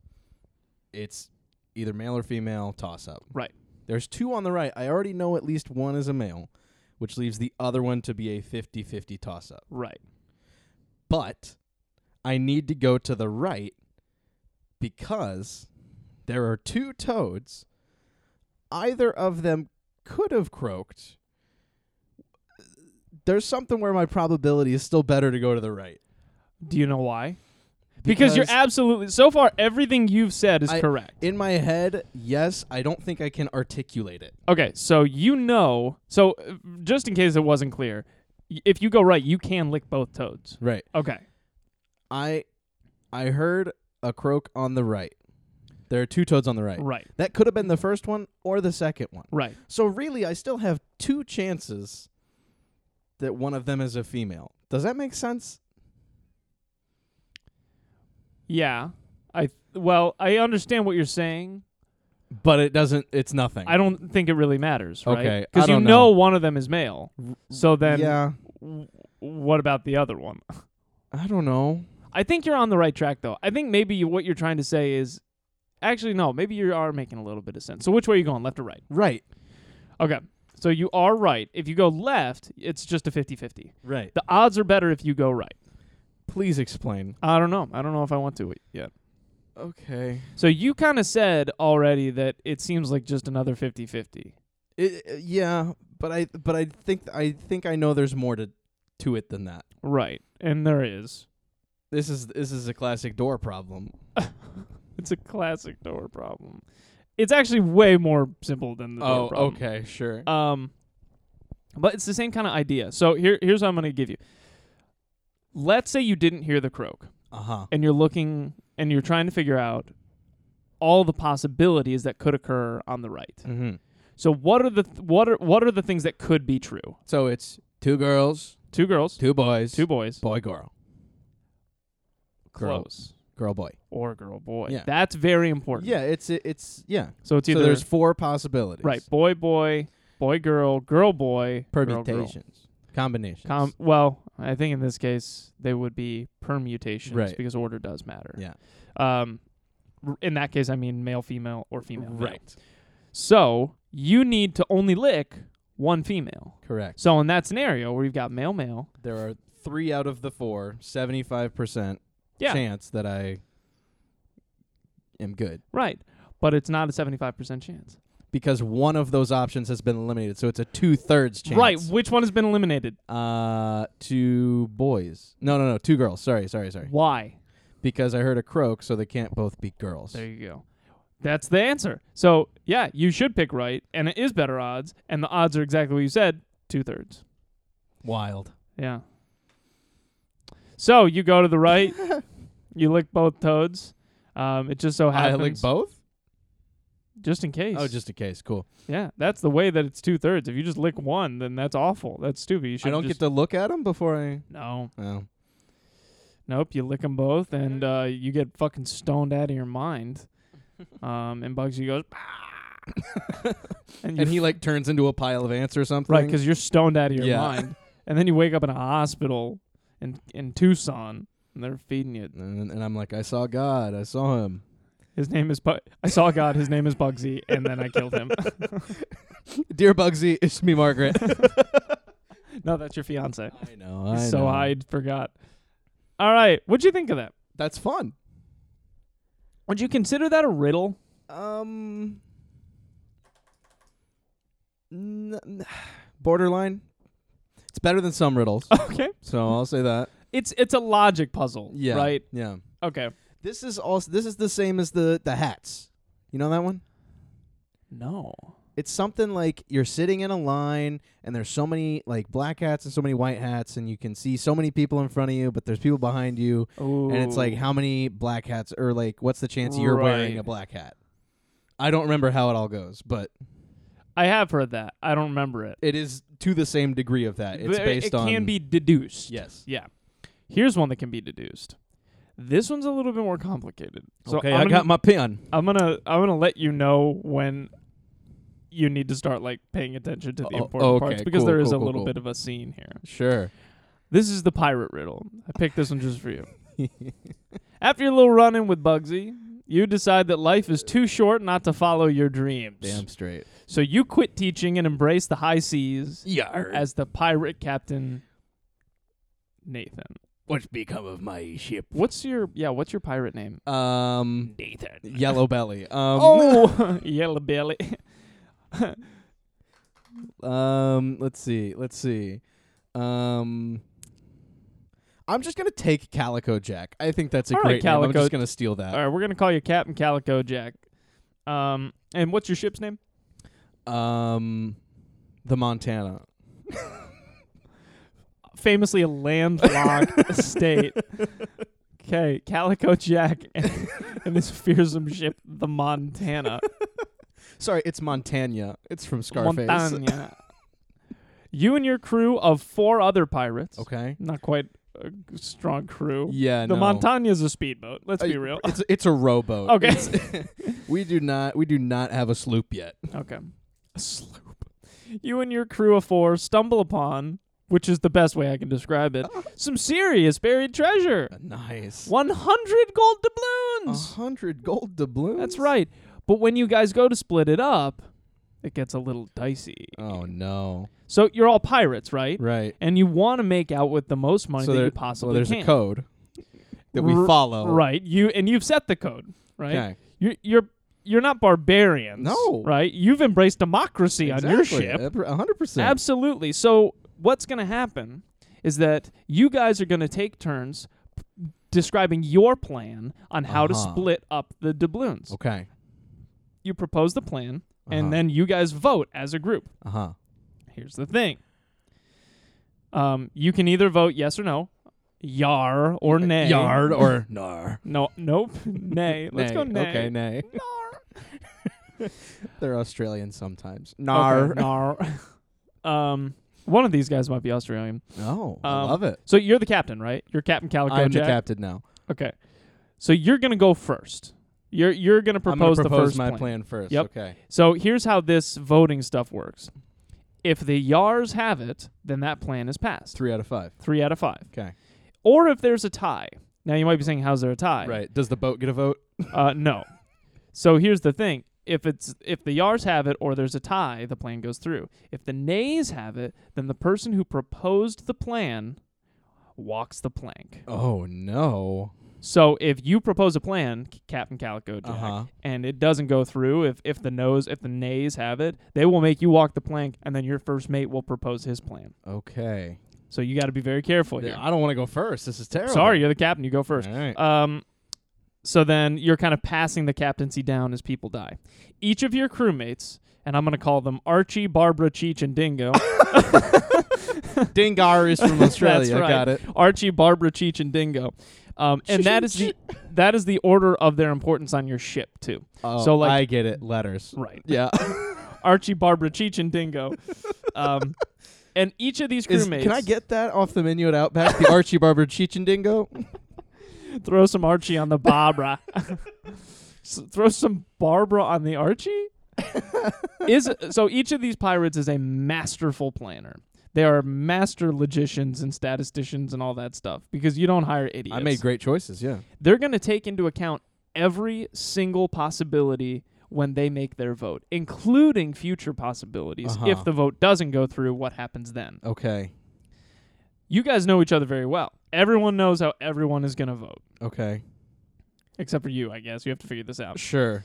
Speaker 3: It's either male or female, toss up.
Speaker 2: Right.
Speaker 3: There's two on the right. I already know at least one is a male, which leaves the other one to be a 50 50 toss up.
Speaker 2: Right.
Speaker 3: But I need to go to the right because there are two toads. Either of them could have croaked. There's something where my probability is still better to go to the right.
Speaker 2: Do you know why? Because, you're
Speaker 3: Because-
Speaker 2: absolutely so far everything you've said is
Speaker 3: I-
Speaker 2: correct.
Speaker 3: In my head, yes, I don't think I can articulate it.
Speaker 2: Okay, so you know, so uh, just in case it wasn't clear, y- if you go right, you can lick both toads.
Speaker 3: Right.
Speaker 2: Okay.
Speaker 3: I I heard a croak on the right. There are two toads on the right.
Speaker 2: Right.
Speaker 3: That could have been the first one or the second one.
Speaker 2: Right.
Speaker 3: So really, I still have two chances that one of them is a female. Does that make sense?
Speaker 2: Yeah. I well, I understand what you're saying.
Speaker 3: But it doesn't. It's nothing.
Speaker 2: I don't think it really matters, right?
Speaker 3: Okay, I
Speaker 2: Cuz you
Speaker 3: don't
Speaker 2: know
Speaker 3: know.
Speaker 2: one of them is male. So then
Speaker 3: yeah,
Speaker 2: w- what about the other one?
Speaker 3: I don't know.
Speaker 2: I think you're on the right track though. I think maybe what you're trying to say is actually no, maybe you are making a little bit of sense. So which way are you going, left or right?
Speaker 3: Right.
Speaker 2: Okay. So you are right. If you go left, it's just a 50-50.
Speaker 3: Right.
Speaker 2: The odds are better if you go right.
Speaker 3: Please explain.
Speaker 2: I don't know. I don't know if I want to yet.
Speaker 3: Okay.
Speaker 2: So you kind of said already that it seems like just another 50-50.
Speaker 3: It, uh, yeah, but I but I think I think I know there's more to to it than that.
Speaker 2: Right. And there is.
Speaker 3: This is this is a classic door problem.
Speaker 2: It's a classic door problem. It's actually way more simple than the door problem.
Speaker 3: Oh, okay, sure.
Speaker 2: Oh, Um but it's the same kind of idea. So here here's what I'm going to give you. Let's say you didn't hear the croak
Speaker 3: Uh huh.
Speaker 2: and you're looking and you're trying to figure out all the possibilities that could occur on the right.
Speaker 3: Mm-hmm.
Speaker 2: So what are the th- what are what are the things that could be true?
Speaker 3: So it's two girls,
Speaker 2: Two girls,
Speaker 3: two boys,
Speaker 2: two boys,
Speaker 3: boy girl, girl,
Speaker 2: close,
Speaker 3: girl boy.
Speaker 2: or girl, boy.
Speaker 3: Yeah.
Speaker 2: That's very important.
Speaker 3: Yeah, it's it's yeah.
Speaker 2: So it's
Speaker 3: So
Speaker 2: either
Speaker 3: there's four possibilities.
Speaker 2: right, boy, boy, boy, girl, girl, boy, girl, girl.
Speaker 3: permutations, combinations.
Speaker 2: Com- well, I think in this case they would be permutations
Speaker 3: Right.
Speaker 2: because order does matter.
Speaker 3: Yeah.
Speaker 2: Um, r- in that case, I mean male, female, or female. male.
Speaker 3: right.
Speaker 2: So you need to only lick one female.
Speaker 3: Correct.
Speaker 2: So in that scenario where you've got male, male,
Speaker 3: There are three out of the four, 75%
Speaker 2: Yeah.
Speaker 3: chance that I am good
Speaker 2: right? But it's not a seventy-five percent chance.
Speaker 3: because one of those options has been eliminated. So it's a two thirds chance.
Speaker 2: Right. Which one has been eliminated?
Speaker 3: Uh, two boys. No, no, no. Two girls. Sorry, sorry, sorry.
Speaker 2: Why?
Speaker 3: Because I heard a croak, so they can't both be girls.
Speaker 2: There you go. That's the answer. So yeah, you should pick right, and it is better odds, and the odds are exactly what you said: two thirds.
Speaker 3: Wild.
Speaker 2: Yeah. So you go to the right, you lick both toads. Um, it just so
Speaker 3: I
Speaker 2: happens
Speaker 3: lick both?
Speaker 2: just in case.
Speaker 3: Oh, just in case. Cool.
Speaker 2: yeah. That's the way that it's two thirds. If you just lick one, then that's awful. That's stupid. You should
Speaker 3: I don't get to look at them before I.
Speaker 2: no,
Speaker 3: Oh.
Speaker 2: nope. You lick them both, and uh, you get fucking stoned out of your mind. Um, and Bugsy goes, and, you
Speaker 3: And he like turns into a pile of ants or something.
Speaker 2: Right, because you're stoned out of your
Speaker 3: Yeah.
Speaker 2: mind, and then you wake up in a hospital in in Tucson, and they're feeding you.
Speaker 3: And, and I'm like, I saw God. I saw him.
Speaker 2: His name is Bu- I saw God. His name is Bugsy, and then I killed him.
Speaker 3: Dear Bugsy, it's me, Margaret.
Speaker 2: no, that's your fiance.
Speaker 3: I know. I
Speaker 2: so
Speaker 3: know.
Speaker 2: I forgot. All right, what'd you think of that?
Speaker 3: That's fun.
Speaker 2: Would you consider that a riddle?
Speaker 3: Um. n- n- borderline. It's better than some riddles.
Speaker 2: Okay,
Speaker 3: so I'll say that.
Speaker 2: it's it's a logic puzzle.
Speaker 3: Yeah.
Speaker 2: Right.
Speaker 3: Yeah.
Speaker 2: Okay.
Speaker 3: This is also this is the same as the the hats. You know that one?
Speaker 2: No.
Speaker 3: It's something like you're sitting in a line and there's so many like black hats and so many white hats and you can see so many people in front of you but there's people behind you
Speaker 2: Ooh.
Speaker 3: and it's like how many black hats or like what's the chance you're wearing
Speaker 2: Right.
Speaker 3: a black hat? I don't remember how it all goes, but
Speaker 2: I have heard that. I don't remember it.
Speaker 3: it is to the same degree of that. It's
Speaker 2: But
Speaker 3: based
Speaker 2: it
Speaker 3: on
Speaker 2: can be deduced.
Speaker 3: yes.
Speaker 2: Yeah. Here's one that can be deduced. This one's a little bit more complicated. So
Speaker 3: okay,
Speaker 2: I'm
Speaker 3: I
Speaker 2: gonna,
Speaker 3: got my pin.
Speaker 2: I'm gonna I'm gonna let you know when you need to start like paying attention to the
Speaker 3: Oh,
Speaker 2: important
Speaker 3: okay,
Speaker 2: parts because
Speaker 3: cool,
Speaker 2: there is
Speaker 3: cool,
Speaker 2: a
Speaker 3: cool,
Speaker 2: little
Speaker 3: cool.
Speaker 2: bit of a scene here.
Speaker 3: Sure.
Speaker 2: This is the pirate riddle. I picked this one just for you. After your little run in with Bugsy, you decide that life is too short not to follow your dreams.
Speaker 3: Damn straight.
Speaker 2: So you quit teaching and embrace the high seas
Speaker 3: Yeah.
Speaker 2: as the pirate captain Nathan.
Speaker 3: what's become of my ship?
Speaker 2: What's your yeah, what's your pirate name?
Speaker 3: Um
Speaker 2: Nathan.
Speaker 3: Yellow Belly. Um
Speaker 2: Oh, yellow belly.
Speaker 3: Um, let's see. Let's see. Um, I'm just gonna take Calico Jack. I think that's a
Speaker 2: All right,
Speaker 3: great name. I'm
Speaker 2: Calico.
Speaker 3: just gonna steal that.
Speaker 2: All right, we're gonna call you Captain Calico Jack. Um, and what's your ship's name?
Speaker 3: Um, the Montana.
Speaker 2: Famously a landlocked state. Okay, Calico Jack and, and his fearsome ship, the Montana.
Speaker 3: Sorry, it's Montana. It's from Scarface.
Speaker 2: Montana. You and your crew of four other pirates.
Speaker 3: Okay.
Speaker 2: Not quite a g- strong crew.
Speaker 3: Yeah.
Speaker 2: the
Speaker 3: no.
Speaker 2: Montana is a speedboat. Let's
Speaker 3: Uh,
Speaker 2: be real.
Speaker 3: It's it's a rowboat.
Speaker 2: Okay.
Speaker 3: we do not we do not have a sloop yet.
Speaker 2: Okay. A sloop. You and your crew of four stumble upon, which is the best way I can describe it,
Speaker 3: Uh-huh.
Speaker 2: some serious buried treasure.
Speaker 3: Uh, Nice.
Speaker 2: 100 gold
Speaker 3: A
Speaker 2: doubloons.
Speaker 3: hundred gold doubloons.
Speaker 2: That's right. But when you guys go to split it up, it gets a little dicey.
Speaker 3: Oh no.
Speaker 2: So you're all pirates, right?
Speaker 3: Right.
Speaker 2: And you want to make out with the most money
Speaker 3: so
Speaker 2: that
Speaker 3: there,
Speaker 2: you
Speaker 3: well,
Speaker 2: possibly
Speaker 3: there's
Speaker 2: can.
Speaker 3: a code that we
Speaker 2: R-
Speaker 3: follow.
Speaker 2: Right. You and you've set the code, right?
Speaker 3: Okay.
Speaker 2: You're you're you're not barbarians.
Speaker 3: No.
Speaker 2: Right? You've embraced democracy on your
Speaker 3: Exactly.
Speaker 2: ship.
Speaker 3: A hundred percent.
Speaker 2: Absolutely. So what's going to happen is that you guys are going to take turns p- describing your plan on how to
Speaker 3: Uh-huh.
Speaker 2: split up the doubloons.
Speaker 3: Okay.
Speaker 2: You propose the plan,
Speaker 3: Uh-huh.
Speaker 2: and then you guys vote as a group.
Speaker 3: Uh huh.
Speaker 2: Here's the thing. Um, you can either vote yes or no, yar or nay.
Speaker 3: Yard or nar.
Speaker 2: No, nope, nay. Let's go nay.
Speaker 3: Okay, nay.
Speaker 2: Nar.
Speaker 3: They're Australian sometimes.
Speaker 2: Okay, nar. um, one of these guys might be Australian.
Speaker 3: Oh, I
Speaker 2: Um,
Speaker 3: love it.
Speaker 2: So you're the captain, right? You're Captain Calico
Speaker 3: I'm the
Speaker 2: Jack.
Speaker 3: captain now.
Speaker 2: Okay. So you're gonna go first. You're you're gonna
Speaker 3: I'm gonna
Speaker 2: propose, the
Speaker 3: propose
Speaker 2: first
Speaker 3: my
Speaker 2: plan.
Speaker 3: first.
Speaker 2: Yep.
Speaker 3: Okay.
Speaker 2: So here's how this voting stuff works. If the Yars have it, then that plan is passed.
Speaker 3: Three out of five.
Speaker 2: Three out of five.
Speaker 3: Okay.
Speaker 2: Or if there's a tie. Now you might be saying, "How's there a tie?"
Speaker 3: Right. Does the boat get a vote?
Speaker 2: Uh, no. So here's the thing: if it's if the Yars have it or there's a tie, the plan goes through. If the Nays have it, then the person who proposed the plan walks the plank.
Speaker 3: Oh no.
Speaker 2: So if you propose a plan, C- Captain Calico Jack,
Speaker 3: Uh-huh.
Speaker 2: and it doesn't go through, if if the noes, if the nays have it, they will make you walk the plank, and then your first mate will propose his plan.
Speaker 3: Okay.
Speaker 2: So you got to be very careful
Speaker 3: Th-
Speaker 2: here.
Speaker 3: I don't want to go first. This is terrible.
Speaker 2: Sorry, you're the captain. You go first.
Speaker 3: All right.
Speaker 2: Um, so then you're kind of passing the captaincy down as people die. Each of your crewmates, and I'm going to call them Archie, Barbara, Cheech, and Dingo.
Speaker 3: Dingar is from Australia.
Speaker 2: That's right.
Speaker 3: Got it.
Speaker 2: Archie, Barbara, Cheech, and Dingo. Um, and that is the that is the order of their importance on your ship too.
Speaker 3: Oh,
Speaker 2: So, like-
Speaker 3: I get it. Letters.
Speaker 2: Right.
Speaker 3: Yeah.
Speaker 2: Archie, Barbara, Cheech, and Dingo. Um, and each of these
Speaker 3: Is-
Speaker 2: crewmates.
Speaker 3: can I get that off the menu at Outback? The Archie Barber Cheech and Dingo?
Speaker 2: throw some Archie on the Barbara? S- throw some Barbara on the Archie. is so each of these pirates is a masterful planner. They are master logicians and statisticians and all that stuff because you don't hire idiots.
Speaker 3: I made great choices. Yeah.
Speaker 2: they're going to take into account every single possibility when they make their vote, including future possibilities.
Speaker 3: Uh-huh.
Speaker 2: If the vote doesn't go through, what happens then?
Speaker 3: Okay.
Speaker 2: You guys know each other very well. Everyone knows how everyone is going to vote,
Speaker 3: Okay.
Speaker 2: except for you, I guess. You have to figure this out.
Speaker 3: Sure.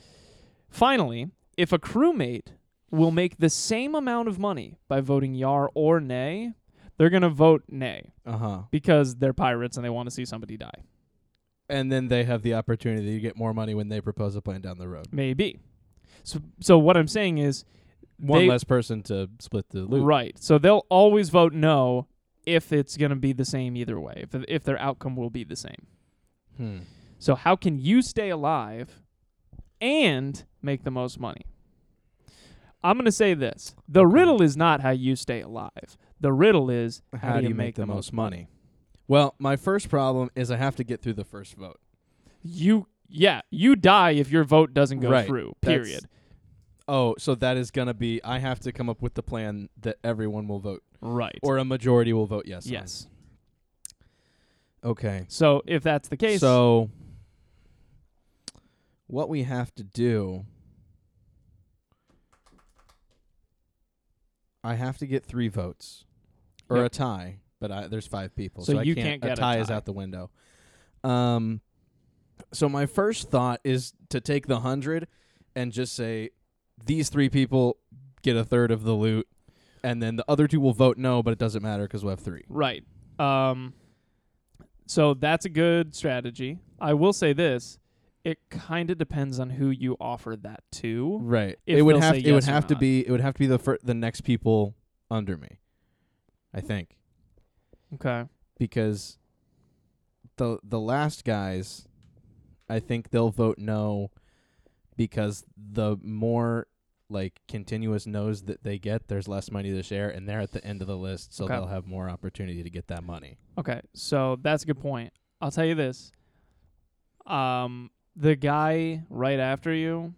Speaker 2: Finally, if a crewmate will make the same amount of money by voting yar or nay, they're going to vote nay
Speaker 3: Uh huh.
Speaker 2: because they're pirates and they want to see somebody die.
Speaker 3: And then they have the opportunity to get more money when they propose a plan down the road.
Speaker 2: Maybe. So so what I'm saying is
Speaker 3: One
Speaker 2: They-
Speaker 3: less person to split the loot.
Speaker 2: Right. So they'll always vote no if it's going to be the same either way, if, if their outcome will be the same.
Speaker 3: Hmm.
Speaker 2: So how can you stay alive and make the most money? I'm going to say this. The
Speaker 3: Okay.
Speaker 2: riddle is not how you stay alive. The riddle is
Speaker 3: How, do you make, the, most money? Well, my first problem is I have to get through the first vote.
Speaker 2: You yeah, you die if your vote doesn't go
Speaker 3: Right.
Speaker 2: through.
Speaker 3: That's-
Speaker 2: Period.
Speaker 3: Oh, so that is going to be I have to come up with the plan that everyone will vote
Speaker 2: right.
Speaker 3: or a majority will vote yes. on.
Speaker 2: yes.
Speaker 3: Okay.
Speaker 2: So if that's the case,
Speaker 3: So what we have to do I have to get 3 votes or
Speaker 2: Yep.
Speaker 3: a tie, but I, there's 5 people, so,
Speaker 2: So
Speaker 3: I
Speaker 2: you
Speaker 3: can't,
Speaker 2: can't get a
Speaker 3: tie is
Speaker 2: tie.
Speaker 3: out the window. Um so my first thought is to take the 100 and just say these 3 people get a third of the loot and then the other two will vote no, but it doesn't matter cuz we'll have 3.
Speaker 2: Right. Um, so that's a good strategy. I will say this: it kind of depends on who you offer that to.
Speaker 3: Right.
Speaker 2: if
Speaker 3: it would
Speaker 2: they'll
Speaker 3: have
Speaker 2: say
Speaker 3: it would
Speaker 2: yes or
Speaker 3: have to
Speaker 2: not.
Speaker 3: be it would have to be the fir- the next people under me. I think Mm.
Speaker 2: Okay.
Speaker 3: because the the last guys I think they'll vote no because the more like continuous no's that they get, there's less money to share and they're at the end of the list, so
Speaker 2: Okay.
Speaker 3: they'll have more opportunity to get that money.
Speaker 2: Okay. So that's a good point. I'll tell you this: um, the guy right after you,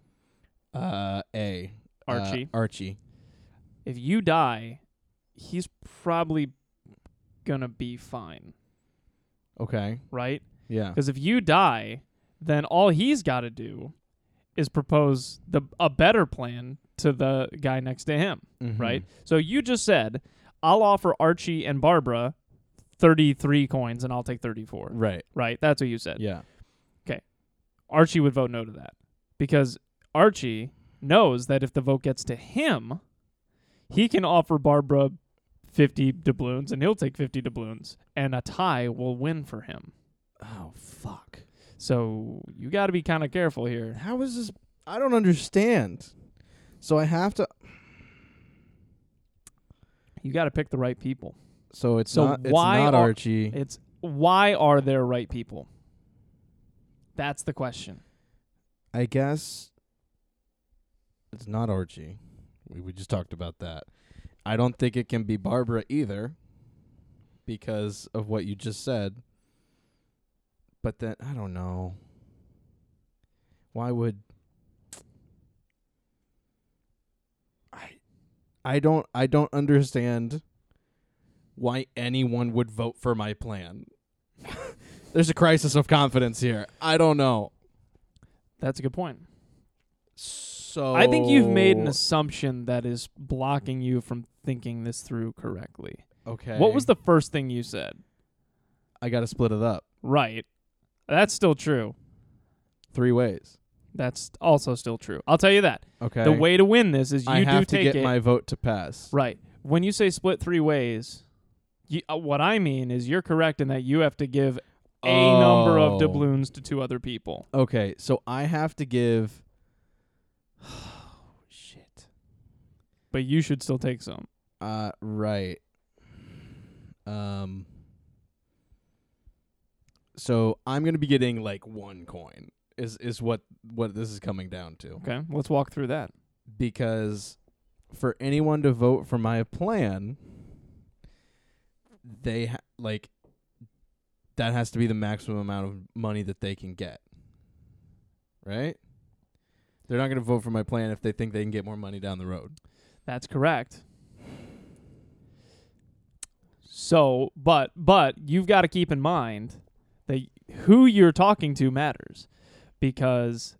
Speaker 3: Uh A. Uh,
Speaker 2: Archie,
Speaker 3: Archie.
Speaker 2: if you die, he's probably gonna be fine,
Speaker 3: Okay.
Speaker 2: right?
Speaker 3: Yeah.
Speaker 2: Because if you die, then all he's got to do is propose the a better plan to the guy next to him.
Speaker 3: Mm-hmm.
Speaker 2: right? So you just said, I'll offer Archie and Barbara 33 coins and I'll take 34,
Speaker 3: Mm-hmm. Right.
Speaker 2: right? That's what you said.
Speaker 3: Yeah.
Speaker 2: Archie would vote no to that because Archie knows that if the vote gets to him, he can offer Barbara 50 doubloons and he'll take 50 doubloons and a tie will win for him.
Speaker 3: Oh fuck.
Speaker 2: So you got to be kind of careful here.
Speaker 3: How is this? I don't understand. So I have to.
Speaker 2: You got to pick the right people.
Speaker 3: So it's
Speaker 2: So
Speaker 3: not. It's
Speaker 2: why
Speaker 3: not
Speaker 2: are-
Speaker 3: Archie.
Speaker 2: It's why are there right people? That's the question.
Speaker 3: I guess. It's not Archie. We we just talked about that. I don't think it can be Barbara either, because of what you just said. But then I don't know. Why would I? I don't. I don't understand why anyone would vote for my plan. There's a crisis of confidence here. I don't know.
Speaker 2: That's a good point.
Speaker 3: So
Speaker 2: I think you've made
Speaker 3: Oh.
Speaker 2: an assumption that is blocking you from thinking this through correctly.
Speaker 3: okay.
Speaker 2: What was the first thing you said?
Speaker 3: I got to split it up
Speaker 2: Right. That's still true.
Speaker 3: three ways.
Speaker 2: That's also still true. I'll tell you that.
Speaker 3: Okay.
Speaker 2: The way to win this is you
Speaker 3: I
Speaker 2: do
Speaker 3: have to
Speaker 2: take
Speaker 3: get
Speaker 2: it.
Speaker 3: my vote to pass.
Speaker 2: right. When you say split three ways, you, uh, what I mean is you're correct in that you have to give a number
Speaker 3: Oh.
Speaker 2: of doubloons to two other people.
Speaker 3: Okay, so I have to give. shit.
Speaker 2: But you should still take some.
Speaker 3: Uh, right. Um, so I'm going to be getting like one coin is is what what this is coming down to
Speaker 2: Okay, let's walk through that.
Speaker 3: because for anyone to vote for my plan, they ha- like that has to be the maximum amount of money that they can get. Right? They're not going to vote for my plan if they think they can get more money down the road.
Speaker 2: That's correct. So, but but you've got to keep in mind that who you're talking to matters because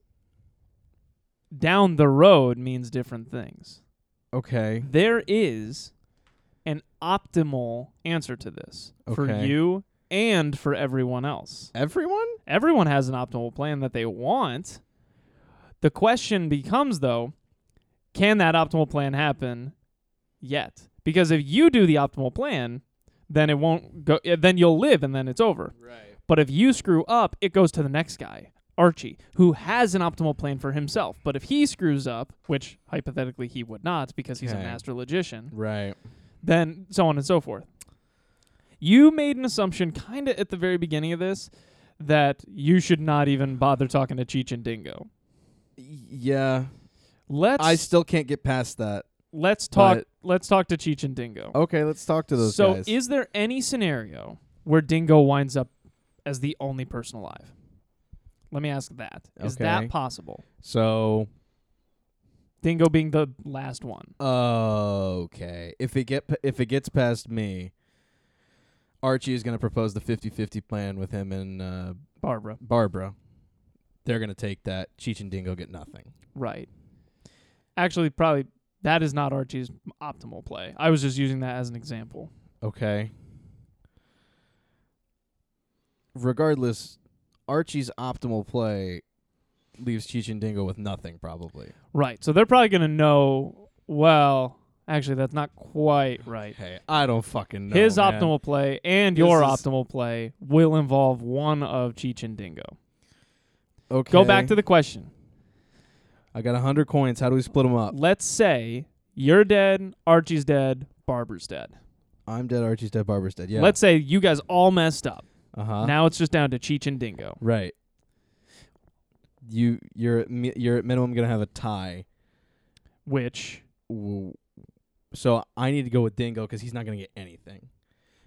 Speaker 2: down the road means different things.
Speaker 3: Okay.
Speaker 2: There is an optimal answer to this for
Speaker 3: Okay.
Speaker 2: you and for everyone else.
Speaker 3: Everyone?
Speaker 2: Everyone has an optimal plan that they want. The question becomes, though, can that optimal plan happen yet? Because if you do the optimal plan, then it won't go, eh, then you'll live and then it's over.
Speaker 3: Right.
Speaker 2: But if you screw up, it goes to the next guy, Archie, who has an optimal plan for himself. But if he screws up, which hypothetically he would not because he's a
Speaker 3: Okay.
Speaker 2: master logician,
Speaker 3: Right.
Speaker 2: then so on and so forth. You made an assumption kind of at the very beginning of this that you should not even bother talking to Cheech and Dingo.
Speaker 3: Yeah.
Speaker 2: Let's
Speaker 3: I still can't get past that.
Speaker 2: let's talk
Speaker 3: but-
Speaker 2: let's talk to Cheech and Dingo.
Speaker 3: Okay, let's talk to those
Speaker 2: so
Speaker 3: guys.
Speaker 2: is there any scenario where Dingo winds up as the only person alive? Let me ask that. Is
Speaker 3: Okay.
Speaker 2: that possible?
Speaker 3: so
Speaker 2: Dingo being the last one.
Speaker 3: Okay. If it get if it gets past me, Archie is going to propose the 50-50 plan with him and uh,
Speaker 2: Barbara.
Speaker 3: Barbara. They're going to take that. Cheech and Dingo get nothing.
Speaker 2: Right. Actually probably that is not Archie's optimal play. I was just using that as an example.
Speaker 3: Okay. Regardless, Archie's optimal play leaves Cheech and Dingo with nothing probably.
Speaker 2: Right. So they're probably going to know, well, actually, that's not quite right.
Speaker 3: Hey, I don't fucking know.
Speaker 2: His
Speaker 3: man.
Speaker 2: optimal play and
Speaker 3: This
Speaker 2: your
Speaker 3: is-
Speaker 2: optimal play will involve one of Cheech and Dingo.
Speaker 3: Okay.
Speaker 2: Go back to the question.
Speaker 3: I got a 100 coins. How do we split them up?
Speaker 2: Let's say you're dead, Archie's dead, Barber's dead.
Speaker 3: I'm dead, Archie's dead, Barbara's dead. Yeah.
Speaker 2: Let's say you guys all messed up.
Speaker 3: Uh-huh.
Speaker 2: Now it's just down to Cheech and Dingo.
Speaker 3: Right. You you're at mi- you're at minimum gonna have a tie.
Speaker 2: Which,
Speaker 3: W- So I need to go with Dingo because he's not gonna get anything.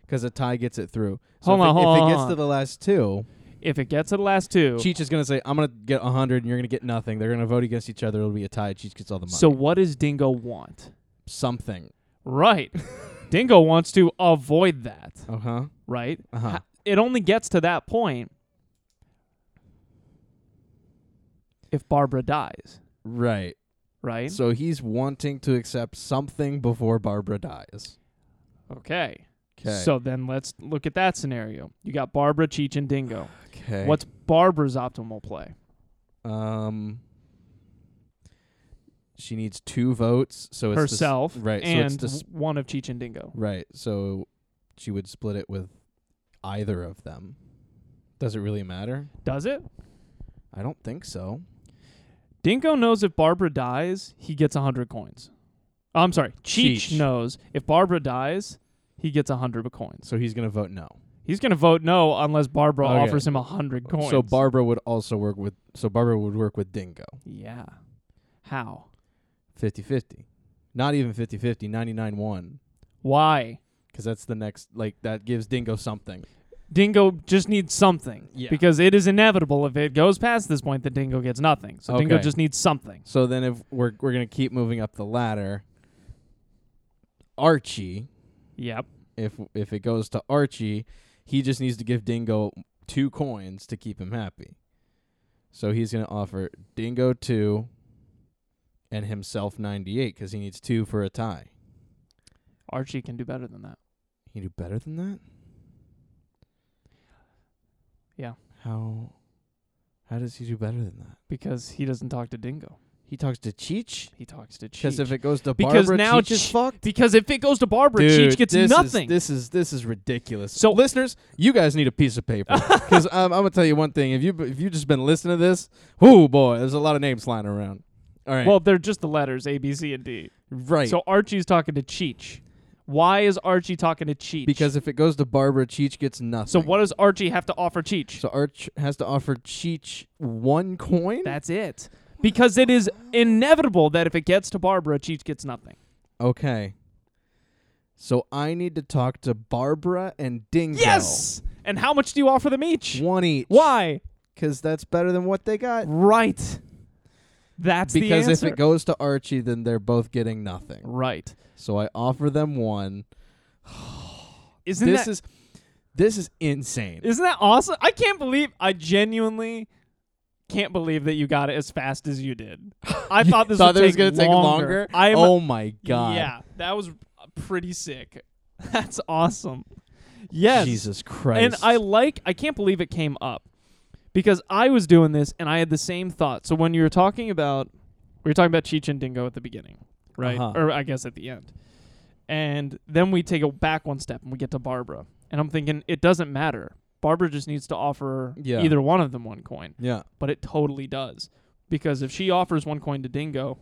Speaker 3: Because a tie gets it through. So
Speaker 2: Hold
Speaker 3: if
Speaker 2: on,
Speaker 3: it,
Speaker 2: hold
Speaker 3: if
Speaker 2: on,
Speaker 3: it
Speaker 2: hold
Speaker 3: gets to
Speaker 2: on.
Speaker 3: the last two,
Speaker 2: if it gets to the last two,
Speaker 3: Cheech is gonna say, "I'm gonna get a hundred, and you're gonna get nothing." They're gonna vote against each other. It'll be a tie. Cheech gets all the money.
Speaker 2: so what does Dingo want?
Speaker 3: something.
Speaker 2: Right. Dingo wants to avoid that,
Speaker 3: Uh huh.
Speaker 2: right?
Speaker 3: Uh huh.
Speaker 2: Ha- it only gets to that point if Barbara dies,
Speaker 3: Right.
Speaker 2: right?
Speaker 3: So he's wanting to accept something before Barbara dies.
Speaker 2: okay.
Speaker 3: Okay.
Speaker 2: So then let's look at that scenario. You got Barbara, Cheech, and Dingo.
Speaker 3: okay.
Speaker 2: What's Barbara's optimal play?
Speaker 3: Um, she needs two votes, so it's the s-
Speaker 2: Herself
Speaker 3: right?
Speaker 2: and
Speaker 3: so it's the s-
Speaker 2: one of Cheech and Dingo.
Speaker 3: right. So she would split it with either of them. Does it really matter?
Speaker 2: Does it?
Speaker 3: I don't think so.
Speaker 2: Dingo knows if Barbara dies, he gets 100 coins. I'm sorry. Cheech,
Speaker 3: Cheech.
Speaker 2: knows if Barbara dies, he gets 100 coins.
Speaker 3: So he's gonna vote no.
Speaker 2: He's going to vote no unless Barbara
Speaker 3: Okay.
Speaker 2: offers him 100 coins.
Speaker 3: So Barbara would also work with. So Barbara would work with Dingo.
Speaker 2: Yeah. How?
Speaker 3: 50-50. not even 50-50, 99 one.
Speaker 2: Why?
Speaker 3: Because that's the next. Like that gives Dingo something.
Speaker 2: Dingo just needs something
Speaker 3: Yeah.
Speaker 2: because it is inevitable if it goes past this point that Dingo gets nothing. So Dingo
Speaker 3: Okay.
Speaker 2: just needs something.
Speaker 3: So then if we're we're gonna keep moving up the ladder. Archie
Speaker 2: Yep.
Speaker 3: if if it goes to Archie, he just needs to give Dingo two coins to keep him happy. So he's going to offer Dingo 2 and himself 98 cuz he needs 2 for a tie.
Speaker 2: Archie can do better than that.
Speaker 3: He do better than that?
Speaker 2: Yeah.
Speaker 3: How how does he do better than that?
Speaker 2: Because he doesn't talk to Dingo.
Speaker 3: He talks to Cheech
Speaker 2: He talks to Cheech.
Speaker 3: cuz if it goes to
Speaker 2: Because
Speaker 3: Barbara
Speaker 2: now
Speaker 3: Cheech is
Speaker 2: Cheech-
Speaker 3: fucked.
Speaker 2: because if it goes to Barbara, Cheech
Speaker 3: Dude,
Speaker 2: gets
Speaker 3: this is-
Speaker 2: nothing.
Speaker 3: this is this is ridiculous.
Speaker 2: So-
Speaker 3: So listeners, you guys need a piece of paper because I'm, I'm gonna tell you one thing. If you if you just been listening to this, whoo boy, there's a lot of names flying around. All right,
Speaker 2: well, they're just the letters A, B, C, and D.
Speaker 3: right.
Speaker 2: So Archie's talking to Cheech, Why is Archie talking to Cheech?
Speaker 3: Because if it goes to Barbara, Cheech gets nothing.
Speaker 2: so what does Archie have to offer Cheech?
Speaker 3: So Arch has to offer Cheech one coin.
Speaker 2: That's it. Because it is inevitable that if it gets to Barbara, Cheech gets nothing.
Speaker 3: okay. So I need to talk to Barbara and Dingo.
Speaker 2: Yes. And how much do you offer them each?
Speaker 3: one each.
Speaker 2: Why?
Speaker 3: Because that's better than what they got.
Speaker 2: Right. That's
Speaker 3: Because
Speaker 2: the
Speaker 3: if
Speaker 2: answer.
Speaker 3: it goes to Archie, then they're both getting nothing.
Speaker 2: right.
Speaker 3: So I offer them one.
Speaker 2: Isn't
Speaker 3: this
Speaker 2: that
Speaker 3: is this is insane.
Speaker 2: Isn't that awesome? I can't believe I genuinely can't believe that you got it as fast as you did. I
Speaker 3: You
Speaker 2: thought this
Speaker 3: thought
Speaker 2: was
Speaker 3: it was gonna take longer.
Speaker 2: I am
Speaker 3: oh my god.
Speaker 2: Yeah, that was pretty sick. That's awesome. Yes.
Speaker 3: Jesus Christ.
Speaker 2: And I like I can't believe it came up. Because I was doing this and I had the same thought. So when you were talking about we were talking about Cheech and Dingo at the beginning, right?
Speaker 3: Uh-huh.
Speaker 2: Or I guess at the end. And then we take it back one step and we get to Barbara. And I'm thinking it doesn't matter. Barbara just needs to offer
Speaker 3: Yeah.
Speaker 2: either one of them one coin,
Speaker 3: yeah.
Speaker 2: but it totally does. Because if she offers one coin to Dingo,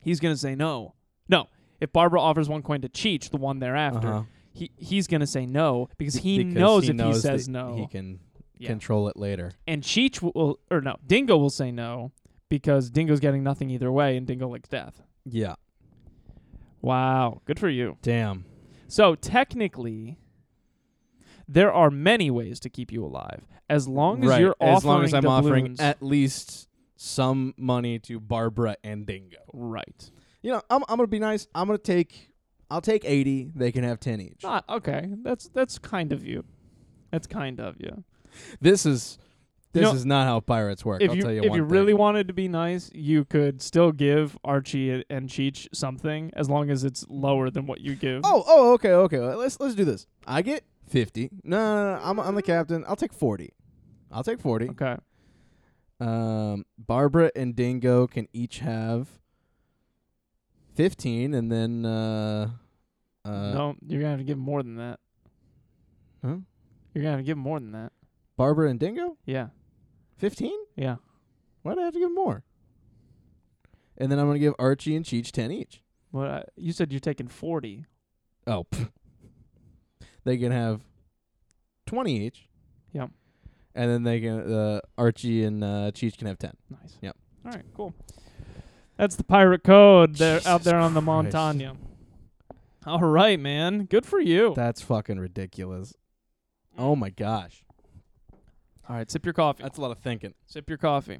Speaker 2: he's going to say no. No. If Barbara offers one coin to Cheech, the one thereafter,
Speaker 3: Uh-huh.
Speaker 2: he he's gonna say no because he
Speaker 3: Because
Speaker 2: knows
Speaker 3: he
Speaker 2: if
Speaker 3: knows
Speaker 2: he says
Speaker 3: that
Speaker 2: no,
Speaker 3: he can
Speaker 2: Yeah.
Speaker 3: control it later.
Speaker 2: and Cheech will or no Dingo will say no because Dingo's getting nothing either way, and Dingo likes death.
Speaker 3: Yeah.
Speaker 2: Wow, good for you.
Speaker 3: Damn.
Speaker 2: So technically, there are many ways to keep you alive as long as
Speaker 3: right.
Speaker 2: you're offering
Speaker 3: as long as I'm
Speaker 2: the
Speaker 3: offering
Speaker 2: balloons-
Speaker 3: at least some money to Barbara and Dingo.
Speaker 2: right.
Speaker 3: You know, I'm I'm gonna be nice. I'm gonna take I'll take eighty. They can have ten each.
Speaker 2: Not okay. That's that's kind of you. That's kind of you.
Speaker 3: This is this
Speaker 2: know,
Speaker 3: is not how pirates work.
Speaker 2: if
Speaker 3: I'll
Speaker 2: you,
Speaker 3: tell you
Speaker 2: if
Speaker 3: one
Speaker 2: you
Speaker 3: thing.
Speaker 2: really wanted to be nice, you could still give Archie a- and Cheech something as long as it's lower than what you give.
Speaker 3: Oh, oh, okay, okay. Let's let's do this. I get fifty. No, no, no, I'm I'm the captain. I'll take forty. I'll take forty.
Speaker 2: okay.
Speaker 3: Um, Barbara and Dingo can each have fifteen, and then uh, uh,
Speaker 2: no, you're gonna have to give more than that.
Speaker 3: Huh?
Speaker 2: You're gonna have to give more than that.
Speaker 3: Barbara and Dingo
Speaker 2: Yeah.
Speaker 3: fifteen.
Speaker 2: Yeah.
Speaker 3: Why do I have to give more? And then I'm gonna give Archie and Cheech ten each.
Speaker 2: Well, I, uh, you said you're taking forty.
Speaker 3: Oh, pff. they can have twenty each.
Speaker 2: Yep.
Speaker 3: And then they can uh, Archie and uh, Cheech can have ten.
Speaker 2: Nice.
Speaker 3: Yep.
Speaker 2: All right. Cool. That's the pirate code there out
Speaker 3: Jesus
Speaker 2: there on the
Speaker 3: Christ.
Speaker 2: montagne. All right, man. Good for you.
Speaker 3: That's fucking ridiculous. Oh my gosh.
Speaker 2: All right. Sip your coffee.
Speaker 3: That's a lot of thinking.
Speaker 2: Sip your coffee.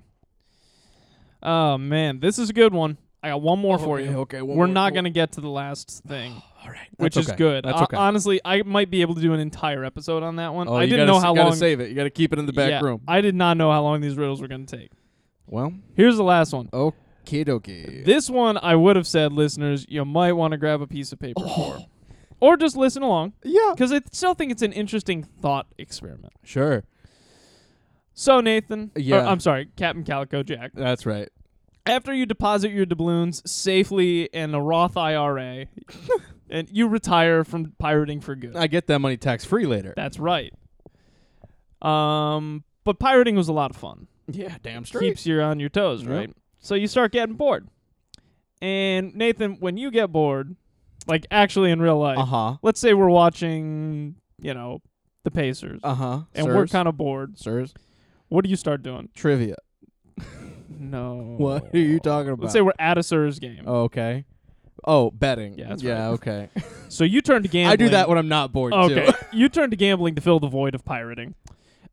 Speaker 2: Oh man, this is a good one. I got one more for you.
Speaker 3: Okay,
Speaker 2: We're not going to get to the last thing,
Speaker 3: All right.
Speaker 2: which is good.
Speaker 3: That's
Speaker 2: Uh,
Speaker 3: okay.
Speaker 2: honestly, I might be able to do an entire episode on that one.
Speaker 3: oh,
Speaker 2: I
Speaker 3: you
Speaker 2: didn't
Speaker 3: gotta
Speaker 2: know
Speaker 3: s-
Speaker 2: how
Speaker 3: gotta
Speaker 2: long
Speaker 3: save it. You got to keep it in the back
Speaker 2: yeah,
Speaker 3: room.
Speaker 2: I did not know how long these riddles were going to take.
Speaker 3: Well,
Speaker 2: Here's the last one.
Speaker 3: okay, dokie.
Speaker 2: This one I would have said listeners, you might want to grab a piece of
Speaker 3: Oh.
Speaker 2: paper for or just listen along
Speaker 3: Yeah.
Speaker 2: cuz I still think it's an interesting thought experiment.
Speaker 3: Sure.
Speaker 2: So Nathan, or
Speaker 3: Yeah.
Speaker 2: I'm sorry, Captain Calico Jack.
Speaker 3: That's right.
Speaker 2: after you deposit your doubloons safely in a Roth IRA and you retire from pirating for good.
Speaker 3: I get that money tax free later.
Speaker 2: That's right. Um, but pirating was a lot of fun.
Speaker 3: yeah, damn
Speaker 2: Keeps you on your toes,
Speaker 3: Yep.
Speaker 2: right? So you start getting bored. And Nathan, when you get bored, like actually in real life,
Speaker 3: Uh huh.
Speaker 2: let's say we're watching, you know, the Pacers
Speaker 3: Uh huh.
Speaker 2: and we're kind of bored.
Speaker 3: sirs
Speaker 2: What do you start doing?
Speaker 3: trivia.
Speaker 2: No.
Speaker 3: What are you talking about?
Speaker 2: Let's say we're at a Sirs game.
Speaker 3: Oh. okay. Oh, betting.
Speaker 2: Yeah, that's
Speaker 3: yeah.
Speaker 2: right.
Speaker 3: Okay.
Speaker 2: So you turn to gambling.
Speaker 3: I do that when I'm not bored
Speaker 2: Okay,
Speaker 3: too.
Speaker 2: you turn to gambling to fill the void of pirating.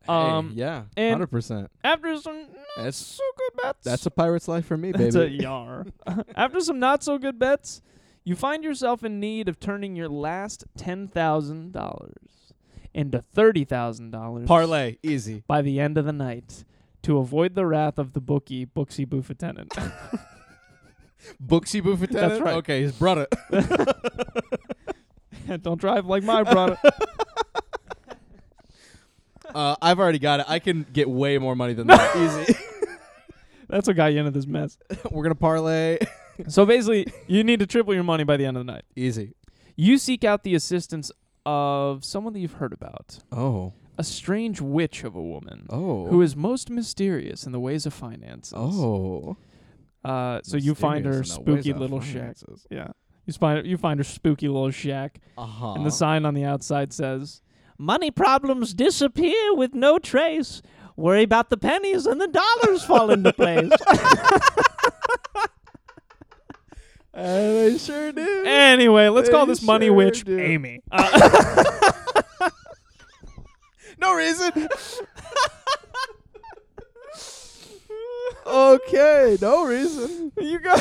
Speaker 3: Hey,
Speaker 2: Um,
Speaker 3: yeah.
Speaker 2: and-
Speaker 3: Hundred percent.
Speaker 2: After some not
Speaker 3: That's-
Speaker 2: so good bets,
Speaker 3: That's a pirate's life for me, baby.
Speaker 2: that's a yar. After some not so good bets, you find yourself in need of turning your last ten thousand dollars into thirty thousand dollars
Speaker 3: Parlay, easy.
Speaker 2: by the end of the night to avoid the wrath of the bookie Booksy Boofatenant.
Speaker 3: Booksy Buffett.
Speaker 2: That's right.
Speaker 3: Okay, his brother.
Speaker 2: Don't drive like my brother.
Speaker 3: Uh, I've already got it. I can get way more money than that. Easy.
Speaker 2: That's what got you into this mess.
Speaker 3: We're gonna parlay.
Speaker 2: So basically, you need to triple your money by the end of the night.
Speaker 3: Easy.
Speaker 2: You seek out the assistance of someone that you've heard about,
Speaker 3: Oh.
Speaker 2: a strange witch of a woman
Speaker 3: Oh.
Speaker 2: who is most mysterious in the ways of finances.
Speaker 3: Oh.
Speaker 2: Uh, so you find her spooky little shack. Yeah. You find you find her spooky little shack,
Speaker 3: Uh-huh.
Speaker 2: and the sign on the outside says,
Speaker 4: Money problems disappear with no trace. Worry about the pennies and the dollars fall into place.
Speaker 3: and they sure do.
Speaker 2: "Anyway, let's call
Speaker 3: They
Speaker 2: this money
Speaker 3: sure
Speaker 2: witch
Speaker 3: do.
Speaker 2: Amy." Uh,
Speaker 3: no reason. okay, no reason.
Speaker 2: you go,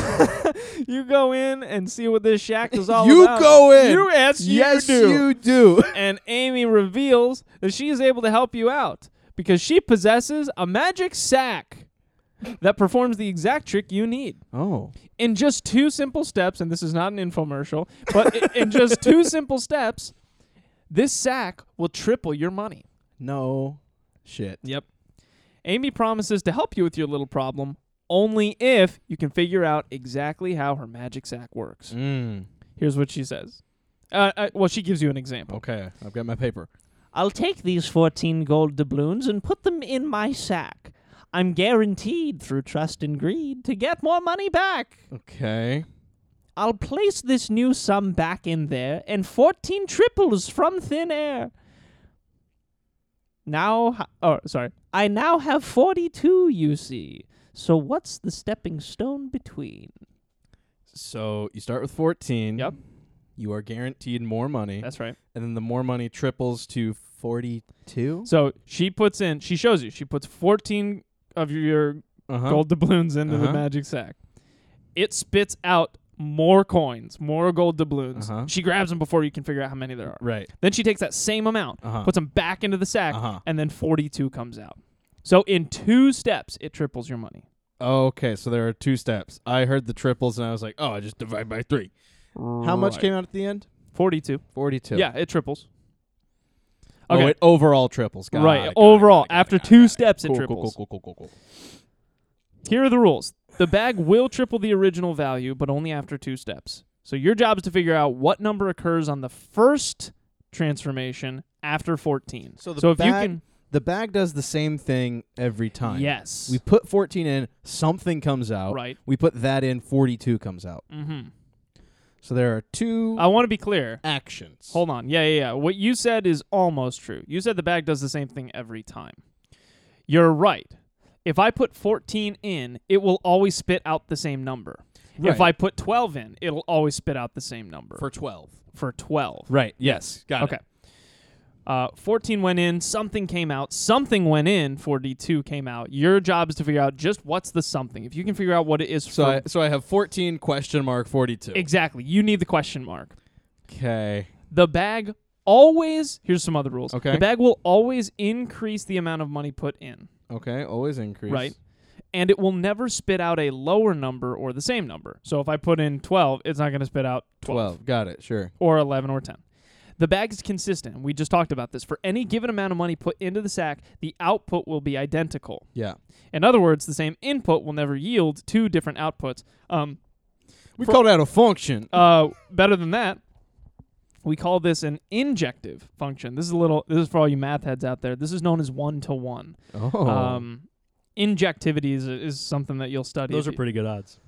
Speaker 2: you go in and see what this shack is all
Speaker 3: you
Speaker 2: about.
Speaker 3: go in.
Speaker 2: You yes, you
Speaker 3: yes,
Speaker 2: do.
Speaker 3: you do.
Speaker 2: and Amy reveals that she is able to help you out because she possesses a magic sack that performs the exact trick you need
Speaker 3: Oh,
Speaker 2: in just two simple steps. And this is not an infomercial, but i- in just two simple steps, this sack will triple your money.
Speaker 3: no shit.
Speaker 2: Yep. Amy promises to help you with your little problem only if you can figure out exactly how her magic sack works.
Speaker 3: Mm,
Speaker 2: Here's what she says. Uh, uh, well, she gives you an example.
Speaker 3: okay, I've got my paper.
Speaker 4: I'll take these 14 gold doubloons and put them in my sack. I'm guaranteed through trust and greed to get more money back.
Speaker 3: Okay.
Speaker 4: I'll place this new sum back in there and 14 triples from thin air. Now, ha- oh, sorry. I now have 42, you see. So what's the stepping stone between?
Speaker 3: So you start with 14.
Speaker 2: Yep.
Speaker 3: You are guaranteed more money.
Speaker 2: That's right.
Speaker 3: and then the more money triples to 42.
Speaker 2: So she puts in, she shows you, she puts 14 of your
Speaker 3: Uh-huh.
Speaker 2: gold doubloons into the
Speaker 3: Uh-huh.
Speaker 2: magic sack. It spits out more coins, more gold doubloons.
Speaker 3: Uh-huh.
Speaker 2: She grabs them before you can figure out how many there are.
Speaker 3: Right.
Speaker 2: Then she takes that same amount,
Speaker 3: Uh-huh.
Speaker 2: puts them back into the sack,
Speaker 3: Uh-huh.
Speaker 2: and then 42 comes out. So in two steps, it triples your money.
Speaker 3: Oh, Okay, so there are two steps. I heard the triples and I was like, "Oh, I just divide by 3." How much came out at the end?
Speaker 2: 42.
Speaker 3: 42.
Speaker 2: Yeah, it triples.
Speaker 3: Oh,
Speaker 2: Okay.
Speaker 3: it overall triples. Got
Speaker 2: right.
Speaker 3: it, got it, got
Speaker 2: Overall,
Speaker 3: it, got it,
Speaker 2: after
Speaker 3: got it,
Speaker 2: two
Speaker 3: got it.
Speaker 2: steps,
Speaker 3: Cool,
Speaker 2: it
Speaker 3: cool,
Speaker 2: triples.
Speaker 3: Cool, cool, cool, cool, cool.
Speaker 2: Here are the rules. The bag will triple the original value, but only after two steps. So your job is to figure out what number occurs on the first transformation after 14.
Speaker 3: So the
Speaker 2: if you
Speaker 3: bag
Speaker 2: can
Speaker 3: The bag does the same thing every time.
Speaker 2: Yes.
Speaker 3: We put 14 in, something comes out.
Speaker 2: right.
Speaker 3: We put that in, 42 comes out.
Speaker 2: Mhm.
Speaker 3: So there are two
Speaker 2: I want to be clear.
Speaker 3: actions.
Speaker 2: Hold on. Yeah, yeah, yeah. What you said is almost true. You said the bag does the same thing every time. You're right. If I put 14 in, it will always spit out the same number. If
Speaker 3: Right.
Speaker 2: I put 12 in, it'll always spit out the same number
Speaker 3: for 12.
Speaker 2: for 12.
Speaker 3: Right. Yes. Got
Speaker 2: Okay. Uh, 14 went in, something came out, something went in, 42 came out. Your job is to figure out just what's the something. If you can figure out what it is
Speaker 3: So
Speaker 2: for.
Speaker 3: I, so I have 14 question mark 42.
Speaker 2: exactly. You need the question mark.
Speaker 3: Okay.
Speaker 2: The bag always, here's some other rules.
Speaker 3: Okay.
Speaker 2: The bag will always increase the amount of money put in,
Speaker 3: Okay. Always increase.
Speaker 2: right? And it will never spit out a lower number or the same number. So if I put in 12, it's not going to spit out 12.
Speaker 3: 12. Got it. Sure.
Speaker 2: or 11 or 10. The bag is consistent. We just talked about this. For any given amount of money put into the sack, the output will be identical.
Speaker 3: Yeah.
Speaker 2: In other words, the same input will never yield two different outputs. Um,
Speaker 3: We
Speaker 2: For-
Speaker 3: call that a function.
Speaker 2: uh, better than that, we call this an injective function. This is a little. This is for all you math heads out there. This is known as one to one.
Speaker 3: Oh.
Speaker 2: Um, injectivity is, is something that you'll study.
Speaker 5: Those are
Speaker 2: If you-
Speaker 5: pretty good odds.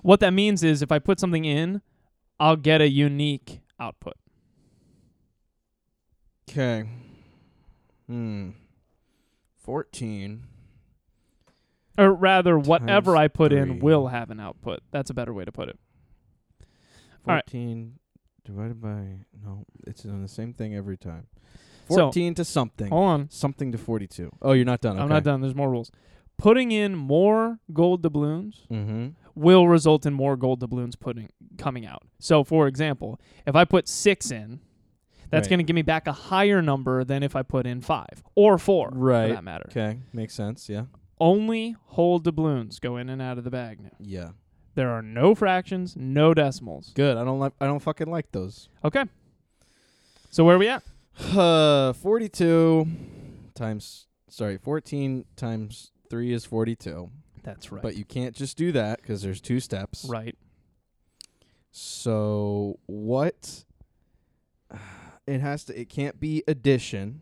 Speaker 2: what that means is if I put something in, I'll get a unique output.
Speaker 3: Okay. Hmm. 14.
Speaker 2: or rather whatever
Speaker 3: Times
Speaker 2: i put
Speaker 3: three.
Speaker 2: in will have an output that's a better way to put it right.
Speaker 3: 14 divided by. No. It's on the same thing every time.
Speaker 2: So-
Speaker 3: 14 to something.
Speaker 2: hold on
Speaker 3: Something to 42. Oh, you're not done.
Speaker 2: i'm not
Speaker 3: okay.
Speaker 2: done there's more rules putting in more gold doubloons
Speaker 3: Mm-hmm.
Speaker 2: will result in more gold doubloons putting coming out so for example if i put six in that's
Speaker 3: Right.
Speaker 2: going to give me back a higher number than if i put in five or four
Speaker 3: Right.
Speaker 2: for that matter
Speaker 3: Okay. Makes sense. Yeah.
Speaker 2: only whole doubloons go in and out of the bag now
Speaker 3: Yeah.
Speaker 2: there are no fractions no decimals
Speaker 3: Good. I don't like. I don't fucking like those.
Speaker 2: okay so where are we at
Speaker 3: Uh, 42 times. Sorry, 14 times three is 42.
Speaker 2: that's right
Speaker 3: But you can't just do that because there's two steps.
Speaker 2: right
Speaker 3: So what? It has to. It can't be addition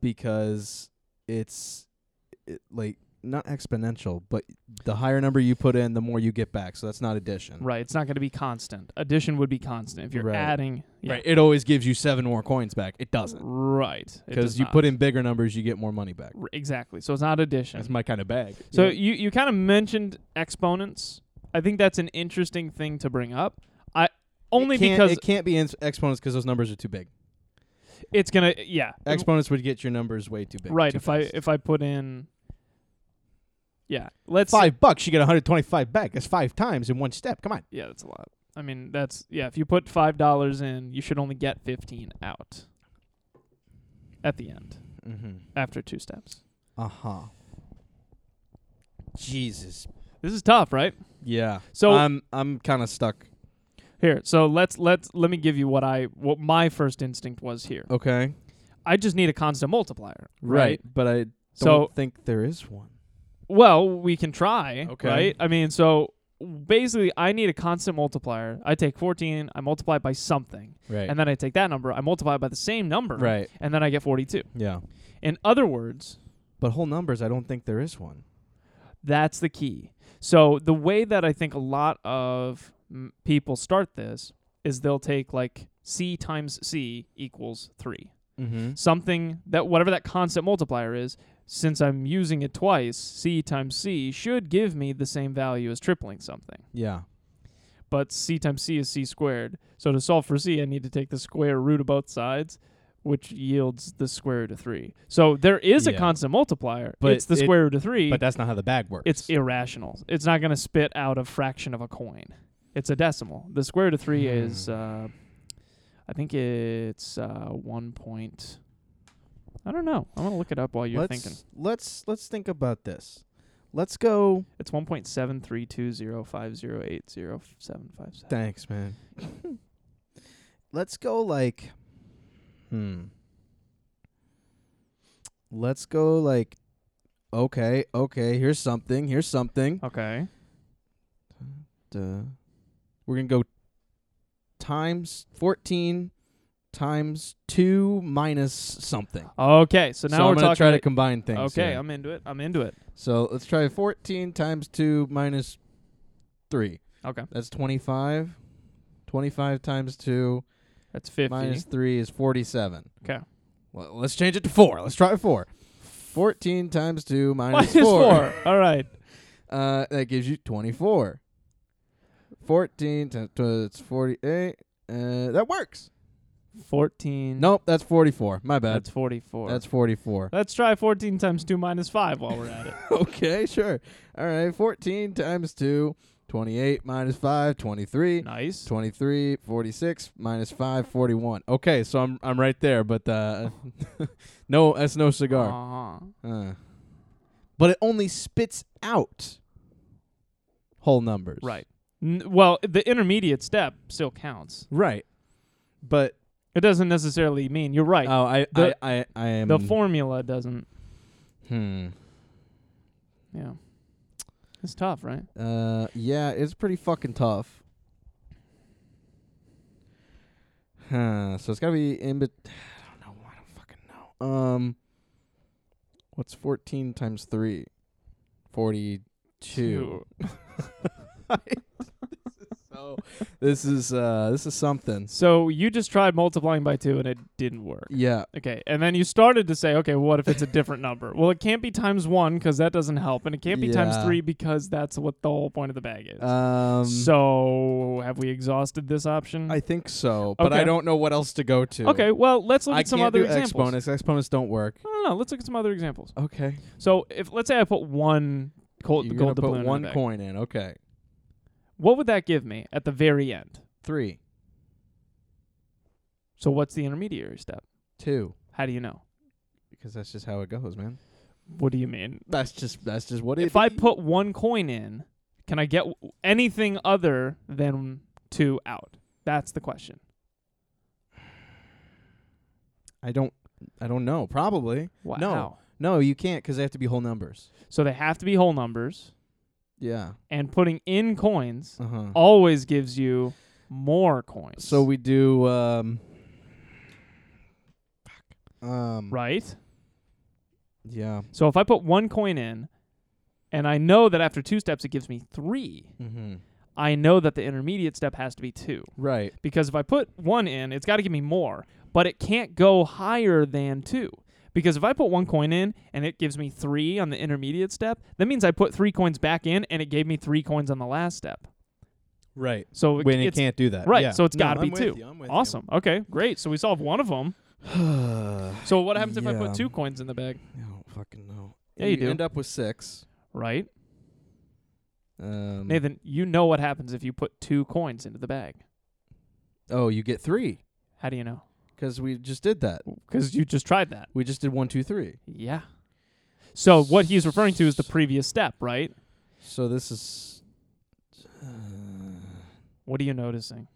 Speaker 3: because it's it, like not exponential, but the higher number you put in, the more you get back. So that's not addition.
Speaker 2: Right. It's not going to be constant. Addition would be constant if you're
Speaker 3: Right.
Speaker 2: adding. yeah.
Speaker 3: Right. It always gives you seven more coins back. It doesn't.
Speaker 2: Right. It
Speaker 3: Because
Speaker 2: does
Speaker 3: you
Speaker 2: not.
Speaker 3: put in bigger numbers, you get more money back.
Speaker 2: R- exactly. So it's not addition.
Speaker 3: That's my kind of bag.
Speaker 2: So you you kind of mentioned exponents. I think that's an interesting thing to bring up. I only
Speaker 3: It can't-
Speaker 2: because
Speaker 3: it can't be in exponents because those numbers are too big.
Speaker 2: it's gonna yeah
Speaker 3: Exponents would get your numbers way too big.
Speaker 2: right.
Speaker 3: too
Speaker 2: If I
Speaker 3: fast.
Speaker 2: if I put in yeah let's
Speaker 3: five bucks, you get 125 back. That's five times in one step. Come on.
Speaker 2: yeah that's a lot. I mean that's yeah if you put five dollars in you should only get fifteen out at the end
Speaker 3: Mm-hmm.
Speaker 2: after two steps.
Speaker 3: Uh huh. Jesus.
Speaker 2: This is tough, right?
Speaker 3: Yeah.
Speaker 2: So-
Speaker 3: I'm I'm kind of stuck.
Speaker 2: Here, so let's let's let me give you what I what my first instinct was here.
Speaker 3: Okay.
Speaker 2: I just need a constant multiplier,
Speaker 3: But I don't
Speaker 2: So
Speaker 3: think there is one.
Speaker 2: Well, we can try,
Speaker 3: Okay.
Speaker 2: right? I mean, so basically, I need a constant multiplier. I take 14, I multiply it by something,
Speaker 3: Right.
Speaker 2: and then I take that number, I multiply it by the same number,
Speaker 3: right.
Speaker 2: and then I get 42.
Speaker 3: Yeah.
Speaker 2: In other words,
Speaker 3: But whole numbers, I don't think there is one.
Speaker 2: that's the key. So the way that I think a lot of m- people start this is they'll take like c times c equals 3.
Speaker 3: Mm-hmm.
Speaker 2: something that whatever that constant multiplier is, since I'm using it twice, c times c should give me the same value as tripling something.
Speaker 3: Yeah.
Speaker 2: But c times c is c squared. So to solve for c, I need to take the square root of both sides, which yields the square root of 3. So there is a
Speaker 3: Yeah.
Speaker 2: constant multiplier,
Speaker 3: But
Speaker 2: it's the
Speaker 3: it-
Speaker 2: square root of 3.
Speaker 3: But that's not how the bag works.
Speaker 2: it's irrational. It's not going to spit out a fraction of a coin. It's a decimal. The square root of 3
Speaker 3: Hmm.
Speaker 2: is uh I think it's uh 1 point I don't know. I'm going to look it up while you're
Speaker 3: let's,
Speaker 2: thinking.
Speaker 3: Let's let's think about this. Let's go.
Speaker 2: It's 1.73205080757.
Speaker 3: Thanks, man. let's go like. Hmm. Let's go like. Okay. Okay. Here's something. Here's something.
Speaker 2: Okay.
Speaker 3: Duh. We're gonna go times fourteen times two minus something.
Speaker 2: Okay, so now
Speaker 3: so
Speaker 2: we're
Speaker 3: I'm gonna
Speaker 2: talking
Speaker 3: try to
Speaker 2: like-
Speaker 3: combine things.
Speaker 2: Okay,
Speaker 3: here.
Speaker 2: I'm into it. I'm into it.
Speaker 3: so let's try fourteen times two minus three.
Speaker 2: Okay.
Speaker 3: That's twenty-five. Twenty-five times two
Speaker 2: That's 50.
Speaker 3: minus three is forty-seven.
Speaker 2: Okay.
Speaker 3: Well, let's change it to four. Let's try four. Fourteen times two minus,
Speaker 2: Minus
Speaker 3: four.
Speaker 2: four. All right.
Speaker 3: Uh, that gives you 24. 14 times tw- it's 48. Uh, that works.
Speaker 2: 14.
Speaker 3: Nope, that's 44. My bad.
Speaker 2: That's 44.
Speaker 3: That's 44.
Speaker 2: Let's try 14 times 2 minus 5 while we're at it.
Speaker 3: okay, sure. All right, 14 times 2, 28 minus 5, 23.
Speaker 2: Nice.
Speaker 3: 23, 46 minus 5, 41. Okay, so I'm I'm right there, but uh, no, that's no cigar.
Speaker 2: Uh-huh.
Speaker 3: Uh. But it only spits out whole numbers.
Speaker 2: Right. N- well, the intermediate step still counts.
Speaker 3: Right. But
Speaker 2: It doesn't necessarily mean you're right.
Speaker 3: Oh, I,
Speaker 2: The-
Speaker 3: I, I, I am.
Speaker 2: the formula doesn't.
Speaker 3: Hmm.
Speaker 2: Yeah. It's tough, right?
Speaker 3: Uh, yeah, it's pretty fucking tough. Huh. So it's gotta be in bet. I don't know. I don't fucking know. Um. What's fourteen times three? Forty-two. so this is uh this is something.
Speaker 2: So you just tried multiplying by 2 and it didn't work.
Speaker 3: Yeah.
Speaker 2: Okay. And then you started to say, okay, what if it's a different number? Well, it can't be times 1 cuz that doesn't help and it can't be times
Speaker 3: Yeah.
Speaker 2: 3 because that's what the whole point of the bag is.
Speaker 3: Um.
Speaker 2: so, have we exhausted this option?
Speaker 3: I think so, but I
Speaker 2: Okay.
Speaker 3: don't know what else to go to.
Speaker 2: okay, well, let's look
Speaker 3: I
Speaker 2: at some
Speaker 3: can't
Speaker 2: other
Speaker 3: do
Speaker 2: examples.
Speaker 3: exponents. Exponents don't work.
Speaker 2: No, no, no, let's look at some other examples.
Speaker 3: Okay.
Speaker 2: So if let's say I put one gold,
Speaker 3: You're gonna
Speaker 2: gold doubloon
Speaker 3: put
Speaker 2: in
Speaker 3: one
Speaker 2: the bag,
Speaker 3: coin in. Okay,
Speaker 2: what would that give me at the very end?
Speaker 3: three,
Speaker 2: So what's the intermediary step?
Speaker 3: two,
Speaker 2: How do you know?
Speaker 3: because that's just how it goes, man.
Speaker 2: What do you mean?
Speaker 3: That's just that's just what it.
Speaker 2: If e- I put one coin in, can I get w- anything other than two out? That's the question.
Speaker 3: I don't, I don't know. Probably
Speaker 2: Wow.
Speaker 3: no, you can't because they have to be whole numbers.
Speaker 2: So they have to be whole numbers,
Speaker 3: Yeah.
Speaker 2: and putting in coins
Speaker 3: Uh huh.
Speaker 2: always gives you more coins.
Speaker 3: So we do. Um. fuck. Um.
Speaker 2: right.
Speaker 3: Yeah.
Speaker 2: So if I put one coin in, And I know that after two steps, it gives me three.
Speaker 3: Mm-hmm.
Speaker 2: I know that the intermediate step has to be two.
Speaker 3: Right.
Speaker 2: Because if I put one in, it's got to give me more, but it can't go higher than two. Because if I put one coin in and it gives me three on the intermediate step, that means I put three coins back in and it gave me three coins on the last step.
Speaker 3: Right.
Speaker 2: So
Speaker 3: When it
Speaker 2: it's,
Speaker 3: can't do that.
Speaker 2: right,
Speaker 3: Yeah.
Speaker 2: so it's
Speaker 3: No,
Speaker 2: gotta
Speaker 3: I'm
Speaker 2: be
Speaker 3: with
Speaker 2: two.
Speaker 3: you, I'm with you.
Speaker 2: awesome. Okay, great. So we solved one of them. So what happens if I
Speaker 3: Yeah.
Speaker 2: put two coins in the bag?
Speaker 3: I don't fucking know.
Speaker 2: Yeah, you do.
Speaker 3: end up with six.
Speaker 2: Right,
Speaker 3: Um,
Speaker 2: Nathan. You know what happens if you put two coins into the bag.
Speaker 3: Oh, you get three
Speaker 2: How do you know?
Speaker 3: because we just did that.
Speaker 2: Because you just tried that.
Speaker 3: We just did one, two, three.
Speaker 2: Yeah. So what he's referring to is the previous step, right?
Speaker 3: So this is. uh,
Speaker 2: What are you noticing?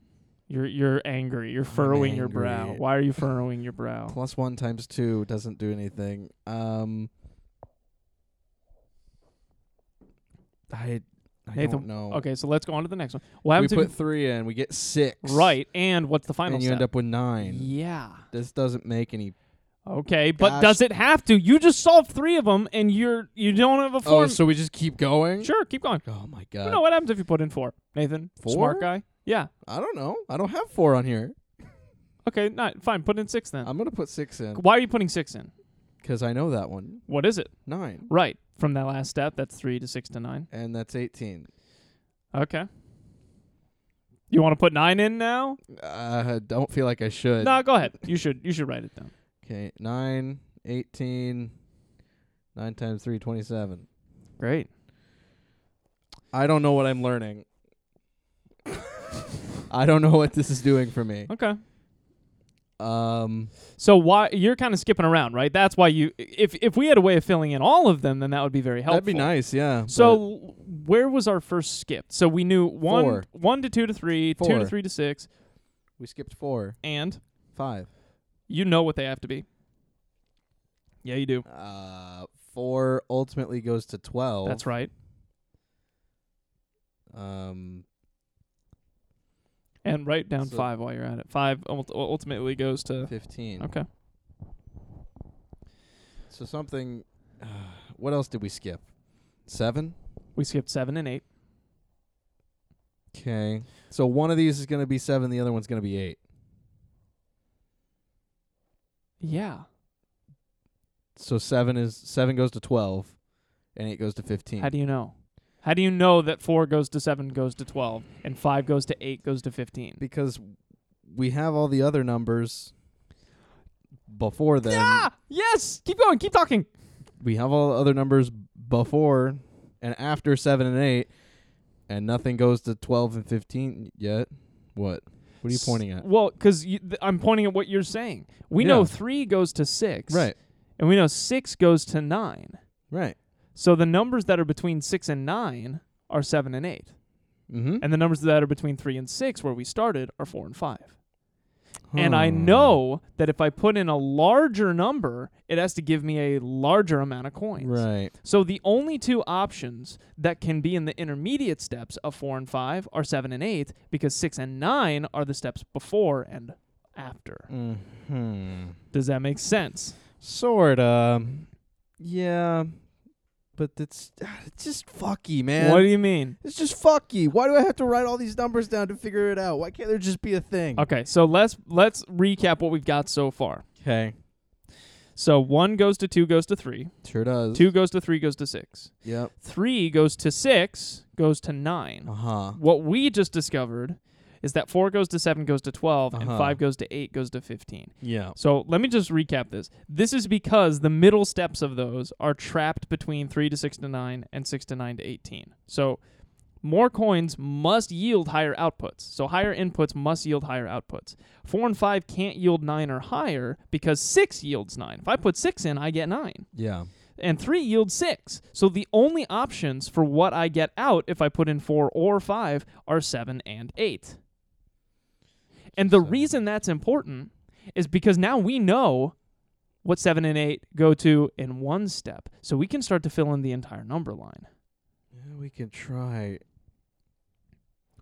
Speaker 2: You're you're angry. You're furrowing your brow.
Speaker 3: angry.
Speaker 2: Why are you furrowing your brow?
Speaker 3: Plus one times two doesn't do anything. Um, I I
Speaker 2: Nathan,
Speaker 3: don't know.
Speaker 2: Okay, so let's go on to the next one. What
Speaker 3: we
Speaker 2: happens
Speaker 3: put
Speaker 2: if
Speaker 3: three in, we get six.
Speaker 2: you- right? And what's the final
Speaker 3: and you
Speaker 2: step?
Speaker 3: end up with nine.
Speaker 2: yeah.
Speaker 3: This doesn't make any.
Speaker 2: Okay, but
Speaker 3: Gosh.
Speaker 2: does it have to? You just solved three of them, and you're you don't have a four.
Speaker 3: Oh, so we just keep going.
Speaker 2: sure, keep going.
Speaker 3: Oh my
Speaker 2: You
Speaker 3: god.
Speaker 2: know what happens if you put in four, Nathan? Smart
Speaker 3: Four?
Speaker 2: guy. Yeah.
Speaker 3: I don't know. I don't have four on here.
Speaker 2: Okay. Not fine. Put in six then.
Speaker 3: I'm gonna put six in
Speaker 2: Why are you putting six in?
Speaker 3: because I know that one.
Speaker 2: What is it?
Speaker 3: Nine,
Speaker 2: Right from that last step. That's three to six to nine.
Speaker 3: and that's eighteen.
Speaker 2: Okay. You want to put nine in now?
Speaker 3: I Uh, don't feel like I should.
Speaker 2: No, go ahead. You should you should write it down.
Speaker 3: Okay, nine, eighteen, nine times three, twenty-seven.
Speaker 2: Great.
Speaker 3: I don't know what I'm learning. I don't know what this is doing for me.
Speaker 2: Okay.
Speaker 3: Um,
Speaker 2: So why you're kind of skipping around, right? That's why you if if we had a way of filling in all of them, then that would be very helpful.
Speaker 3: that'd be nice, yeah. but
Speaker 2: So where was our first skip? So we knew one
Speaker 3: Four.
Speaker 2: one to two to three, two to
Speaker 3: Four.
Speaker 2: three to six,
Speaker 3: we skipped four,
Speaker 2: and
Speaker 3: five,
Speaker 2: you know what they have to be. Yeah, you do.
Speaker 3: uh, four ultimately goes to twelve.
Speaker 2: That's right.
Speaker 3: Um,
Speaker 2: And write down
Speaker 3: So-
Speaker 2: five while you're at it. Five ult- ultimately goes to
Speaker 3: fifteen.
Speaker 2: okay.
Speaker 3: So something. uh, what else did we skip? Seven.
Speaker 2: We skipped seven and eight.
Speaker 3: Okay. So one of these is going to be seven. The other one's going to be eight.
Speaker 2: Yeah.
Speaker 3: So seven is seven goes to twelve, and eight goes to fifteen.
Speaker 2: How do you know? How do you know that four goes to seven goes to twelve and five goes to eight goes to fifteen?
Speaker 3: because we have all the other numbers before then.
Speaker 2: Ah, yes. Keep going. Keep talking.
Speaker 3: We have all the other numbers before and after seven and eight, and nothing goes to twelve and fifteen yet. What? What are you pointing at?
Speaker 2: Well, because th- I'm pointing at what you're saying. We know
Speaker 3: Yeah.
Speaker 2: three goes to six,
Speaker 3: Right.
Speaker 2: And we know six goes to nine.
Speaker 3: Right.
Speaker 2: So the numbers that are between six and nine are seven and eight,
Speaker 3: Mm-hmm.
Speaker 2: and the numbers that are between three and six, where we started, are four and five. And I know that if I put in a larger number, it has to give me a larger amount of coins.
Speaker 3: Right.
Speaker 2: So the only two options that can be in the intermediate steps of 4 and 5 are 7 and 8 because 6 and 9 are the steps before and after.
Speaker 3: Hmm.
Speaker 2: Does that make sense?
Speaker 3: Sorta. Yeah. But it's, ah, it's just fucky, man.
Speaker 2: what do you mean?
Speaker 3: It's just fucky. Why do I have to write all these numbers down to figure it out? Why can't there just be a thing?
Speaker 2: Okay, so let's let's recap what we've got so far.
Speaker 3: Okay.
Speaker 2: So 1 goes to 2 goes to 3,
Speaker 3: Sure does.
Speaker 2: 2 goes to 3 goes to 6.
Speaker 3: Yep.
Speaker 2: 3 goes to 6 goes to 9.
Speaker 3: Uh huh.
Speaker 2: What we just discovered is that 4 goes to 7 goes to 12 and
Speaker 3: Uh-huh.
Speaker 2: 5 goes to 8 goes to 15.
Speaker 3: Yeah.
Speaker 2: So let me just recap this. This is because the middle steps of those are trapped between 3 to 6 to 9 and 6 to 9 to 18. So more coins must yield higher outputs. So higher inputs must yield higher outputs. 4 and 5 can't yield 9 or higher because 6 yields 9. If I put 6 in, I get 9.
Speaker 3: Yeah.
Speaker 2: And 3 yields 6. So the only options for what I get out if I put in 4 or 5 are 7 and 8. And the
Speaker 3: So-
Speaker 2: reason that's important is because now we know what 7 and 8 go to in one step. So we can start to fill in the entire number line,
Speaker 3: yeah we can try.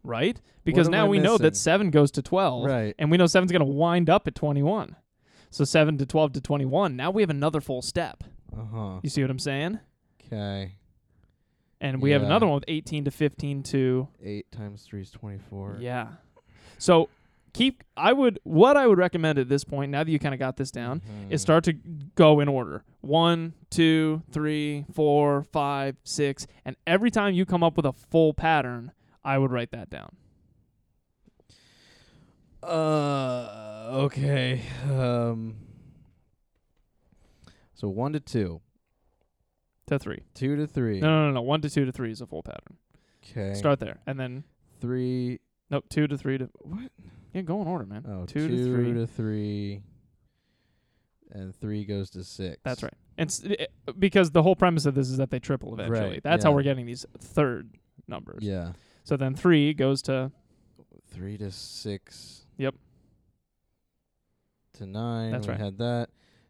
Speaker 2: right? Because
Speaker 3: am
Speaker 2: now
Speaker 3: I
Speaker 2: we know that
Speaker 3: missing?
Speaker 2: 7 goes to 12,
Speaker 3: Right.
Speaker 2: and we know 7's going to wind up at 21. So 7 to 12 to 21. Now we have another full step.
Speaker 3: Uh huh.
Speaker 2: You see what I'm saying?
Speaker 3: Okay.
Speaker 2: And we have
Speaker 3: Yeah.
Speaker 2: another one with 18 to 15 too.
Speaker 3: Eight times three is twenty-four.
Speaker 2: Yeah. So keep I would what I would recommend at this point, now that you kind of got this down,
Speaker 3: Mm-hmm. Mm.
Speaker 2: is start to go in order. One, two, three, four, five, six. And every time you come up with a full pattern, I would write that down.
Speaker 3: Uh, okay. Um. So one to two,
Speaker 2: To three.
Speaker 3: two to three.
Speaker 2: No, no, no, no. One to two to three is a full pattern.
Speaker 3: Okay.
Speaker 2: Start there. And then
Speaker 3: three.
Speaker 2: nope, two to three to what? Yeah, go in order, man.
Speaker 3: Oh,
Speaker 2: Two
Speaker 3: two
Speaker 2: to
Speaker 3: to three,
Speaker 2: three.
Speaker 3: And three goes to six.
Speaker 2: That's right. And s- it- because the whole premise of this is that they triple eventually.
Speaker 3: Right,
Speaker 2: That's how
Speaker 3: yeah.
Speaker 2: we're getting these third numbers.
Speaker 3: Yeah.
Speaker 2: So then three goes to
Speaker 3: Three to six.
Speaker 2: Yep.
Speaker 3: To nine.
Speaker 2: That's
Speaker 3: we
Speaker 2: right.
Speaker 3: Had that.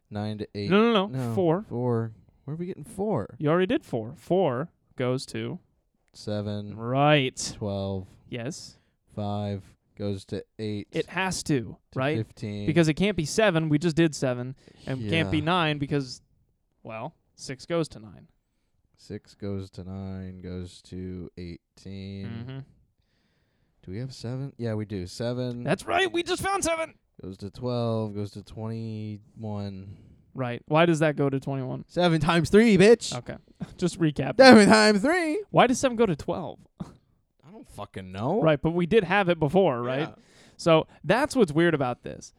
Speaker 3: Nine to eight.
Speaker 2: no, no, no, four.
Speaker 3: Four. Where are we getting four?
Speaker 2: You already did four. Four goes to
Speaker 3: Seven.
Speaker 2: right.
Speaker 3: Twelve.
Speaker 2: Yes,
Speaker 3: Five goes to eight.
Speaker 2: it has to
Speaker 3: to
Speaker 2: right
Speaker 3: Fifteen.
Speaker 2: because it can't be seven. We just did seven, and can't be
Speaker 3: Yeah.
Speaker 2: nine because, well, six goes to 9
Speaker 3: Six goes to nine. Goes to 18
Speaker 2: Mm-hmm.
Speaker 3: Do we have seven? Yeah, we do. Seven
Speaker 2: That's right. We just found seven.
Speaker 3: goes to twelve. Goes to twenty-one.
Speaker 2: Right. Why does that go to twenty-one?
Speaker 3: Seven times three, bitch.
Speaker 2: Okay. just recap.
Speaker 3: Seven times three.
Speaker 2: Why does seven go to twelve?
Speaker 3: I don't fucking know.
Speaker 2: Right, but we did have it before, right? So that's what's weird about this.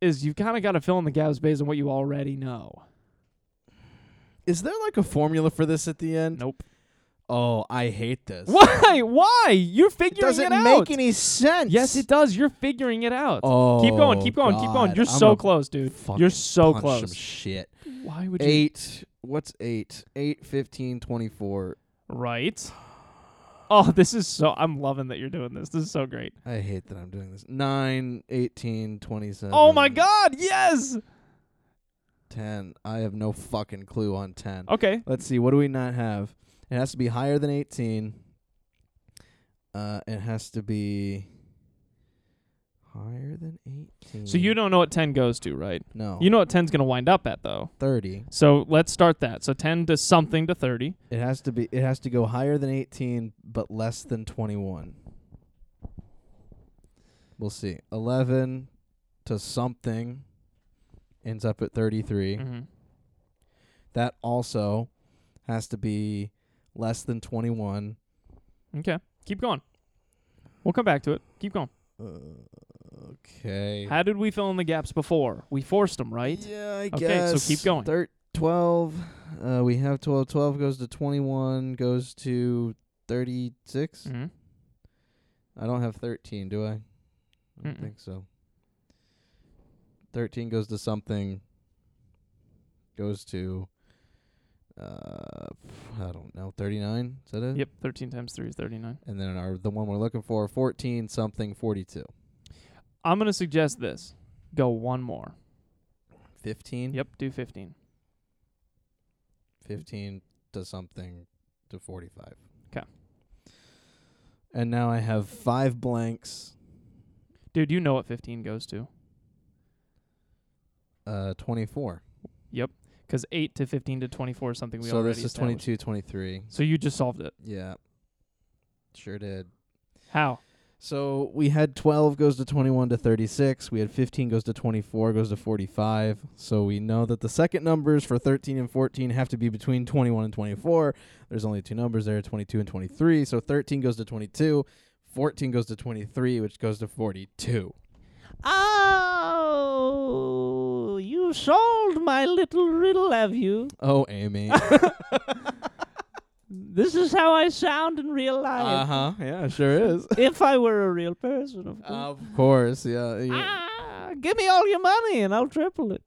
Speaker 2: Is you've kind of got to fill in the gaps based on what you already know.
Speaker 3: Is there like a formula for this at the end?
Speaker 2: Nope.
Speaker 3: Oh, I hate this.
Speaker 2: Why? Why? You're
Speaker 3: It
Speaker 2: figuring
Speaker 3: doesn't
Speaker 2: out.
Speaker 3: make any sense.
Speaker 2: Yes, it does. You're figuring it out.
Speaker 3: Oh,
Speaker 2: keep going. Keep going. Keep going.
Speaker 3: God.
Speaker 2: You're
Speaker 3: I'm
Speaker 2: so
Speaker 3: gonna
Speaker 2: close, dude.
Speaker 3: fucking
Speaker 2: You're so
Speaker 3: punch Some
Speaker 2: close.
Speaker 3: shit.
Speaker 2: Why would you?
Speaker 3: Eight. What's eight? Eight, fifteen, twenty-four.
Speaker 2: Right. Oh, this is so. I'm loving that you're doing this. This is so great.
Speaker 3: I hate that I'm doing this. Nine, eighteen, twenty-seven.
Speaker 2: Oh my God! Yes.
Speaker 3: Ten. I have no fucking clue on ten.
Speaker 2: Okay.
Speaker 3: Let's see. What do we not have? It has to be higher than 18. Uh, it has to be higher than 18.
Speaker 2: So you don't know what ten goes to, right?
Speaker 3: No.
Speaker 2: You know what 10's gonna wind up at though.
Speaker 3: 30.
Speaker 2: So let's start that. So ten to something to thirty.
Speaker 3: It has to be. It has to go higher than 18, but less than 21. We'll see. 11 to something ends up at 33.
Speaker 2: Mm-hmm.
Speaker 3: That also has to be less than 21.
Speaker 2: Okay. Keep going. We'll come back to it. Keep going.
Speaker 3: Uh, okay.
Speaker 2: How did we fill in the gaps before? We forced them, right?
Speaker 3: Yeah, I
Speaker 2: Okay,
Speaker 3: guess.
Speaker 2: so keep going.
Speaker 3: Thir- 12. Uh, we have 12. 12 goes to 21, goes to 36.
Speaker 2: Mm-hmm.
Speaker 3: I don't have 13, do I? I don't
Speaker 2: Mm-mm.
Speaker 3: think so. 13 goes to something, goes to, uh, I don't know, 39? Is that it?
Speaker 2: Yep. 13 times 3 is 39.
Speaker 3: And then our the one we're looking for, 14 something, 42.
Speaker 2: I'm going to suggest this. Go one more.
Speaker 3: 15?
Speaker 2: Yep. Do 15.
Speaker 3: 15 to something to 45.
Speaker 2: 'Kay.
Speaker 3: And now I have five blanks,
Speaker 2: Dude, you know what 15 goes to.
Speaker 3: uh, 24.
Speaker 2: Because 8 to 15 to 24 is something we
Speaker 3: so
Speaker 2: already
Speaker 3: this is
Speaker 2: established.
Speaker 3: 22, 23.
Speaker 2: So you just solved it.
Speaker 3: Yeah. Sure did.
Speaker 2: How?
Speaker 3: So we had 12 goes to 21 to 36. We had 15 goes to 24, goes to 45. So we know that the second numbers for 13 and 14 have to be between 21 and 24. There's only two numbers there, 22 and 23. So 13 goes to 22, 14 goes to 23, which goes to 42.
Speaker 4: Oh, you sold my little riddle, have you?
Speaker 3: Oh, Amy.
Speaker 4: This is how I sound in real
Speaker 3: Uh
Speaker 4: life.
Speaker 3: huh. Yeah, sure is.
Speaker 4: If I were a real person, of course.
Speaker 3: of course. Yeah. Uh, yeah.
Speaker 4: Ah, give me all your money and I'll triple it.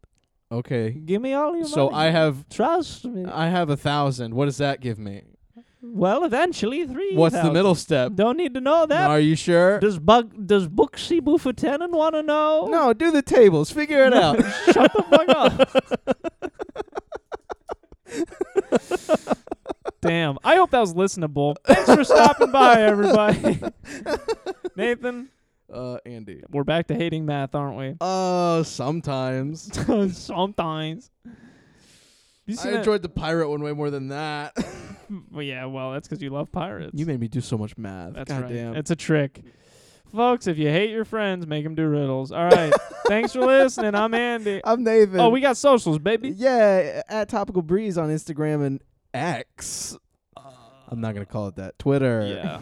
Speaker 3: Okay.
Speaker 4: Give me all your
Speaker 3: So
Speaker 4: money.
Speaker 3: I Uh. have
Speaker 4: Trust me.
Speaker 3: I have a thousand. What does that give me?
Speaker 4: well, eventually three.
Speaker 3: What's the middle step?
Speaker 4: Don't need to know that.
Speaker 3: Are you sure?
Speaker 4: Does Bug does Booksy Bufatenon want to know?
Speaker 3: No, do the tables. Figure it out.
Speaker 4: Shut the fuck up.
Speaker 2: Damn. I hope that was listenable. Thanks for stopping by, everybody. Nathan,
Speaker 3: Uh, Andy.
Speaker 2: we're back to hating math, aren't we?
Speaker 3: Uh, sometimes.
Speaker 2: Sometimes. You
Speaker 3: I
Speaker 2: seen that-
Speaker 3: enjoyed the pirate one way more than that.
Speaker 2: Well, yeah, well, that's because you love pirates.
Speaker 3: You made me do so much math.
Speaker 2: That's
Speaker 3: God
Speaker 2: right.
Speaker 3: damn.
Speaker 2: It's a trick. Folks, if you hate your friends, make them do riddles. All right. Thanks for listening. I'm Andy.
Speaker 3: I'm Nathan.
Speaker 2: Oh, we got socials, baby.
Speaker 3: Yeah, at Topical Breeze on Instagram and X. I'm not gonna call it that. Twitter.
Speaker 2: Yeah.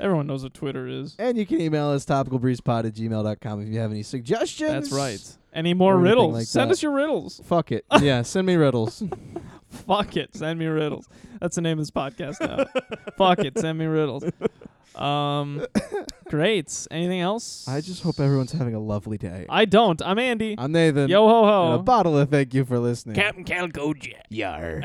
Speaker 2: Everyone knows what Ttter is.
Speaker 3: And you can email us topicalbreezepod at gmail.com if you have any suggestions.
Speaker 2: That's right. Any more
Speaker 3: Or anything
Speaker 2: riddles?
Speaker 3: like
Speaker 2: Send
Speaker 3: that.
Speaker 2: us your riddles.
Speaker 3: Fuck it. Yeah, send me riddles.
Speaker 2: Fuck it, send me riddles. That's the name of this podcast now. Fuck it, send me riddles. Um, great. Anything else?
Speaker 3: I just hope everyone's having a lovely day.
Speaker 2: I don't. I'm Andy.
Speaker 3: I'm Nathan.
Speaker 2: Yo ho
Speaker 3: And
Speaker 2: ho.
Speaker 3: a bottle of thank you for listening.
Speaker 4: Captain Calco Jet.
Speaker 3: Yar.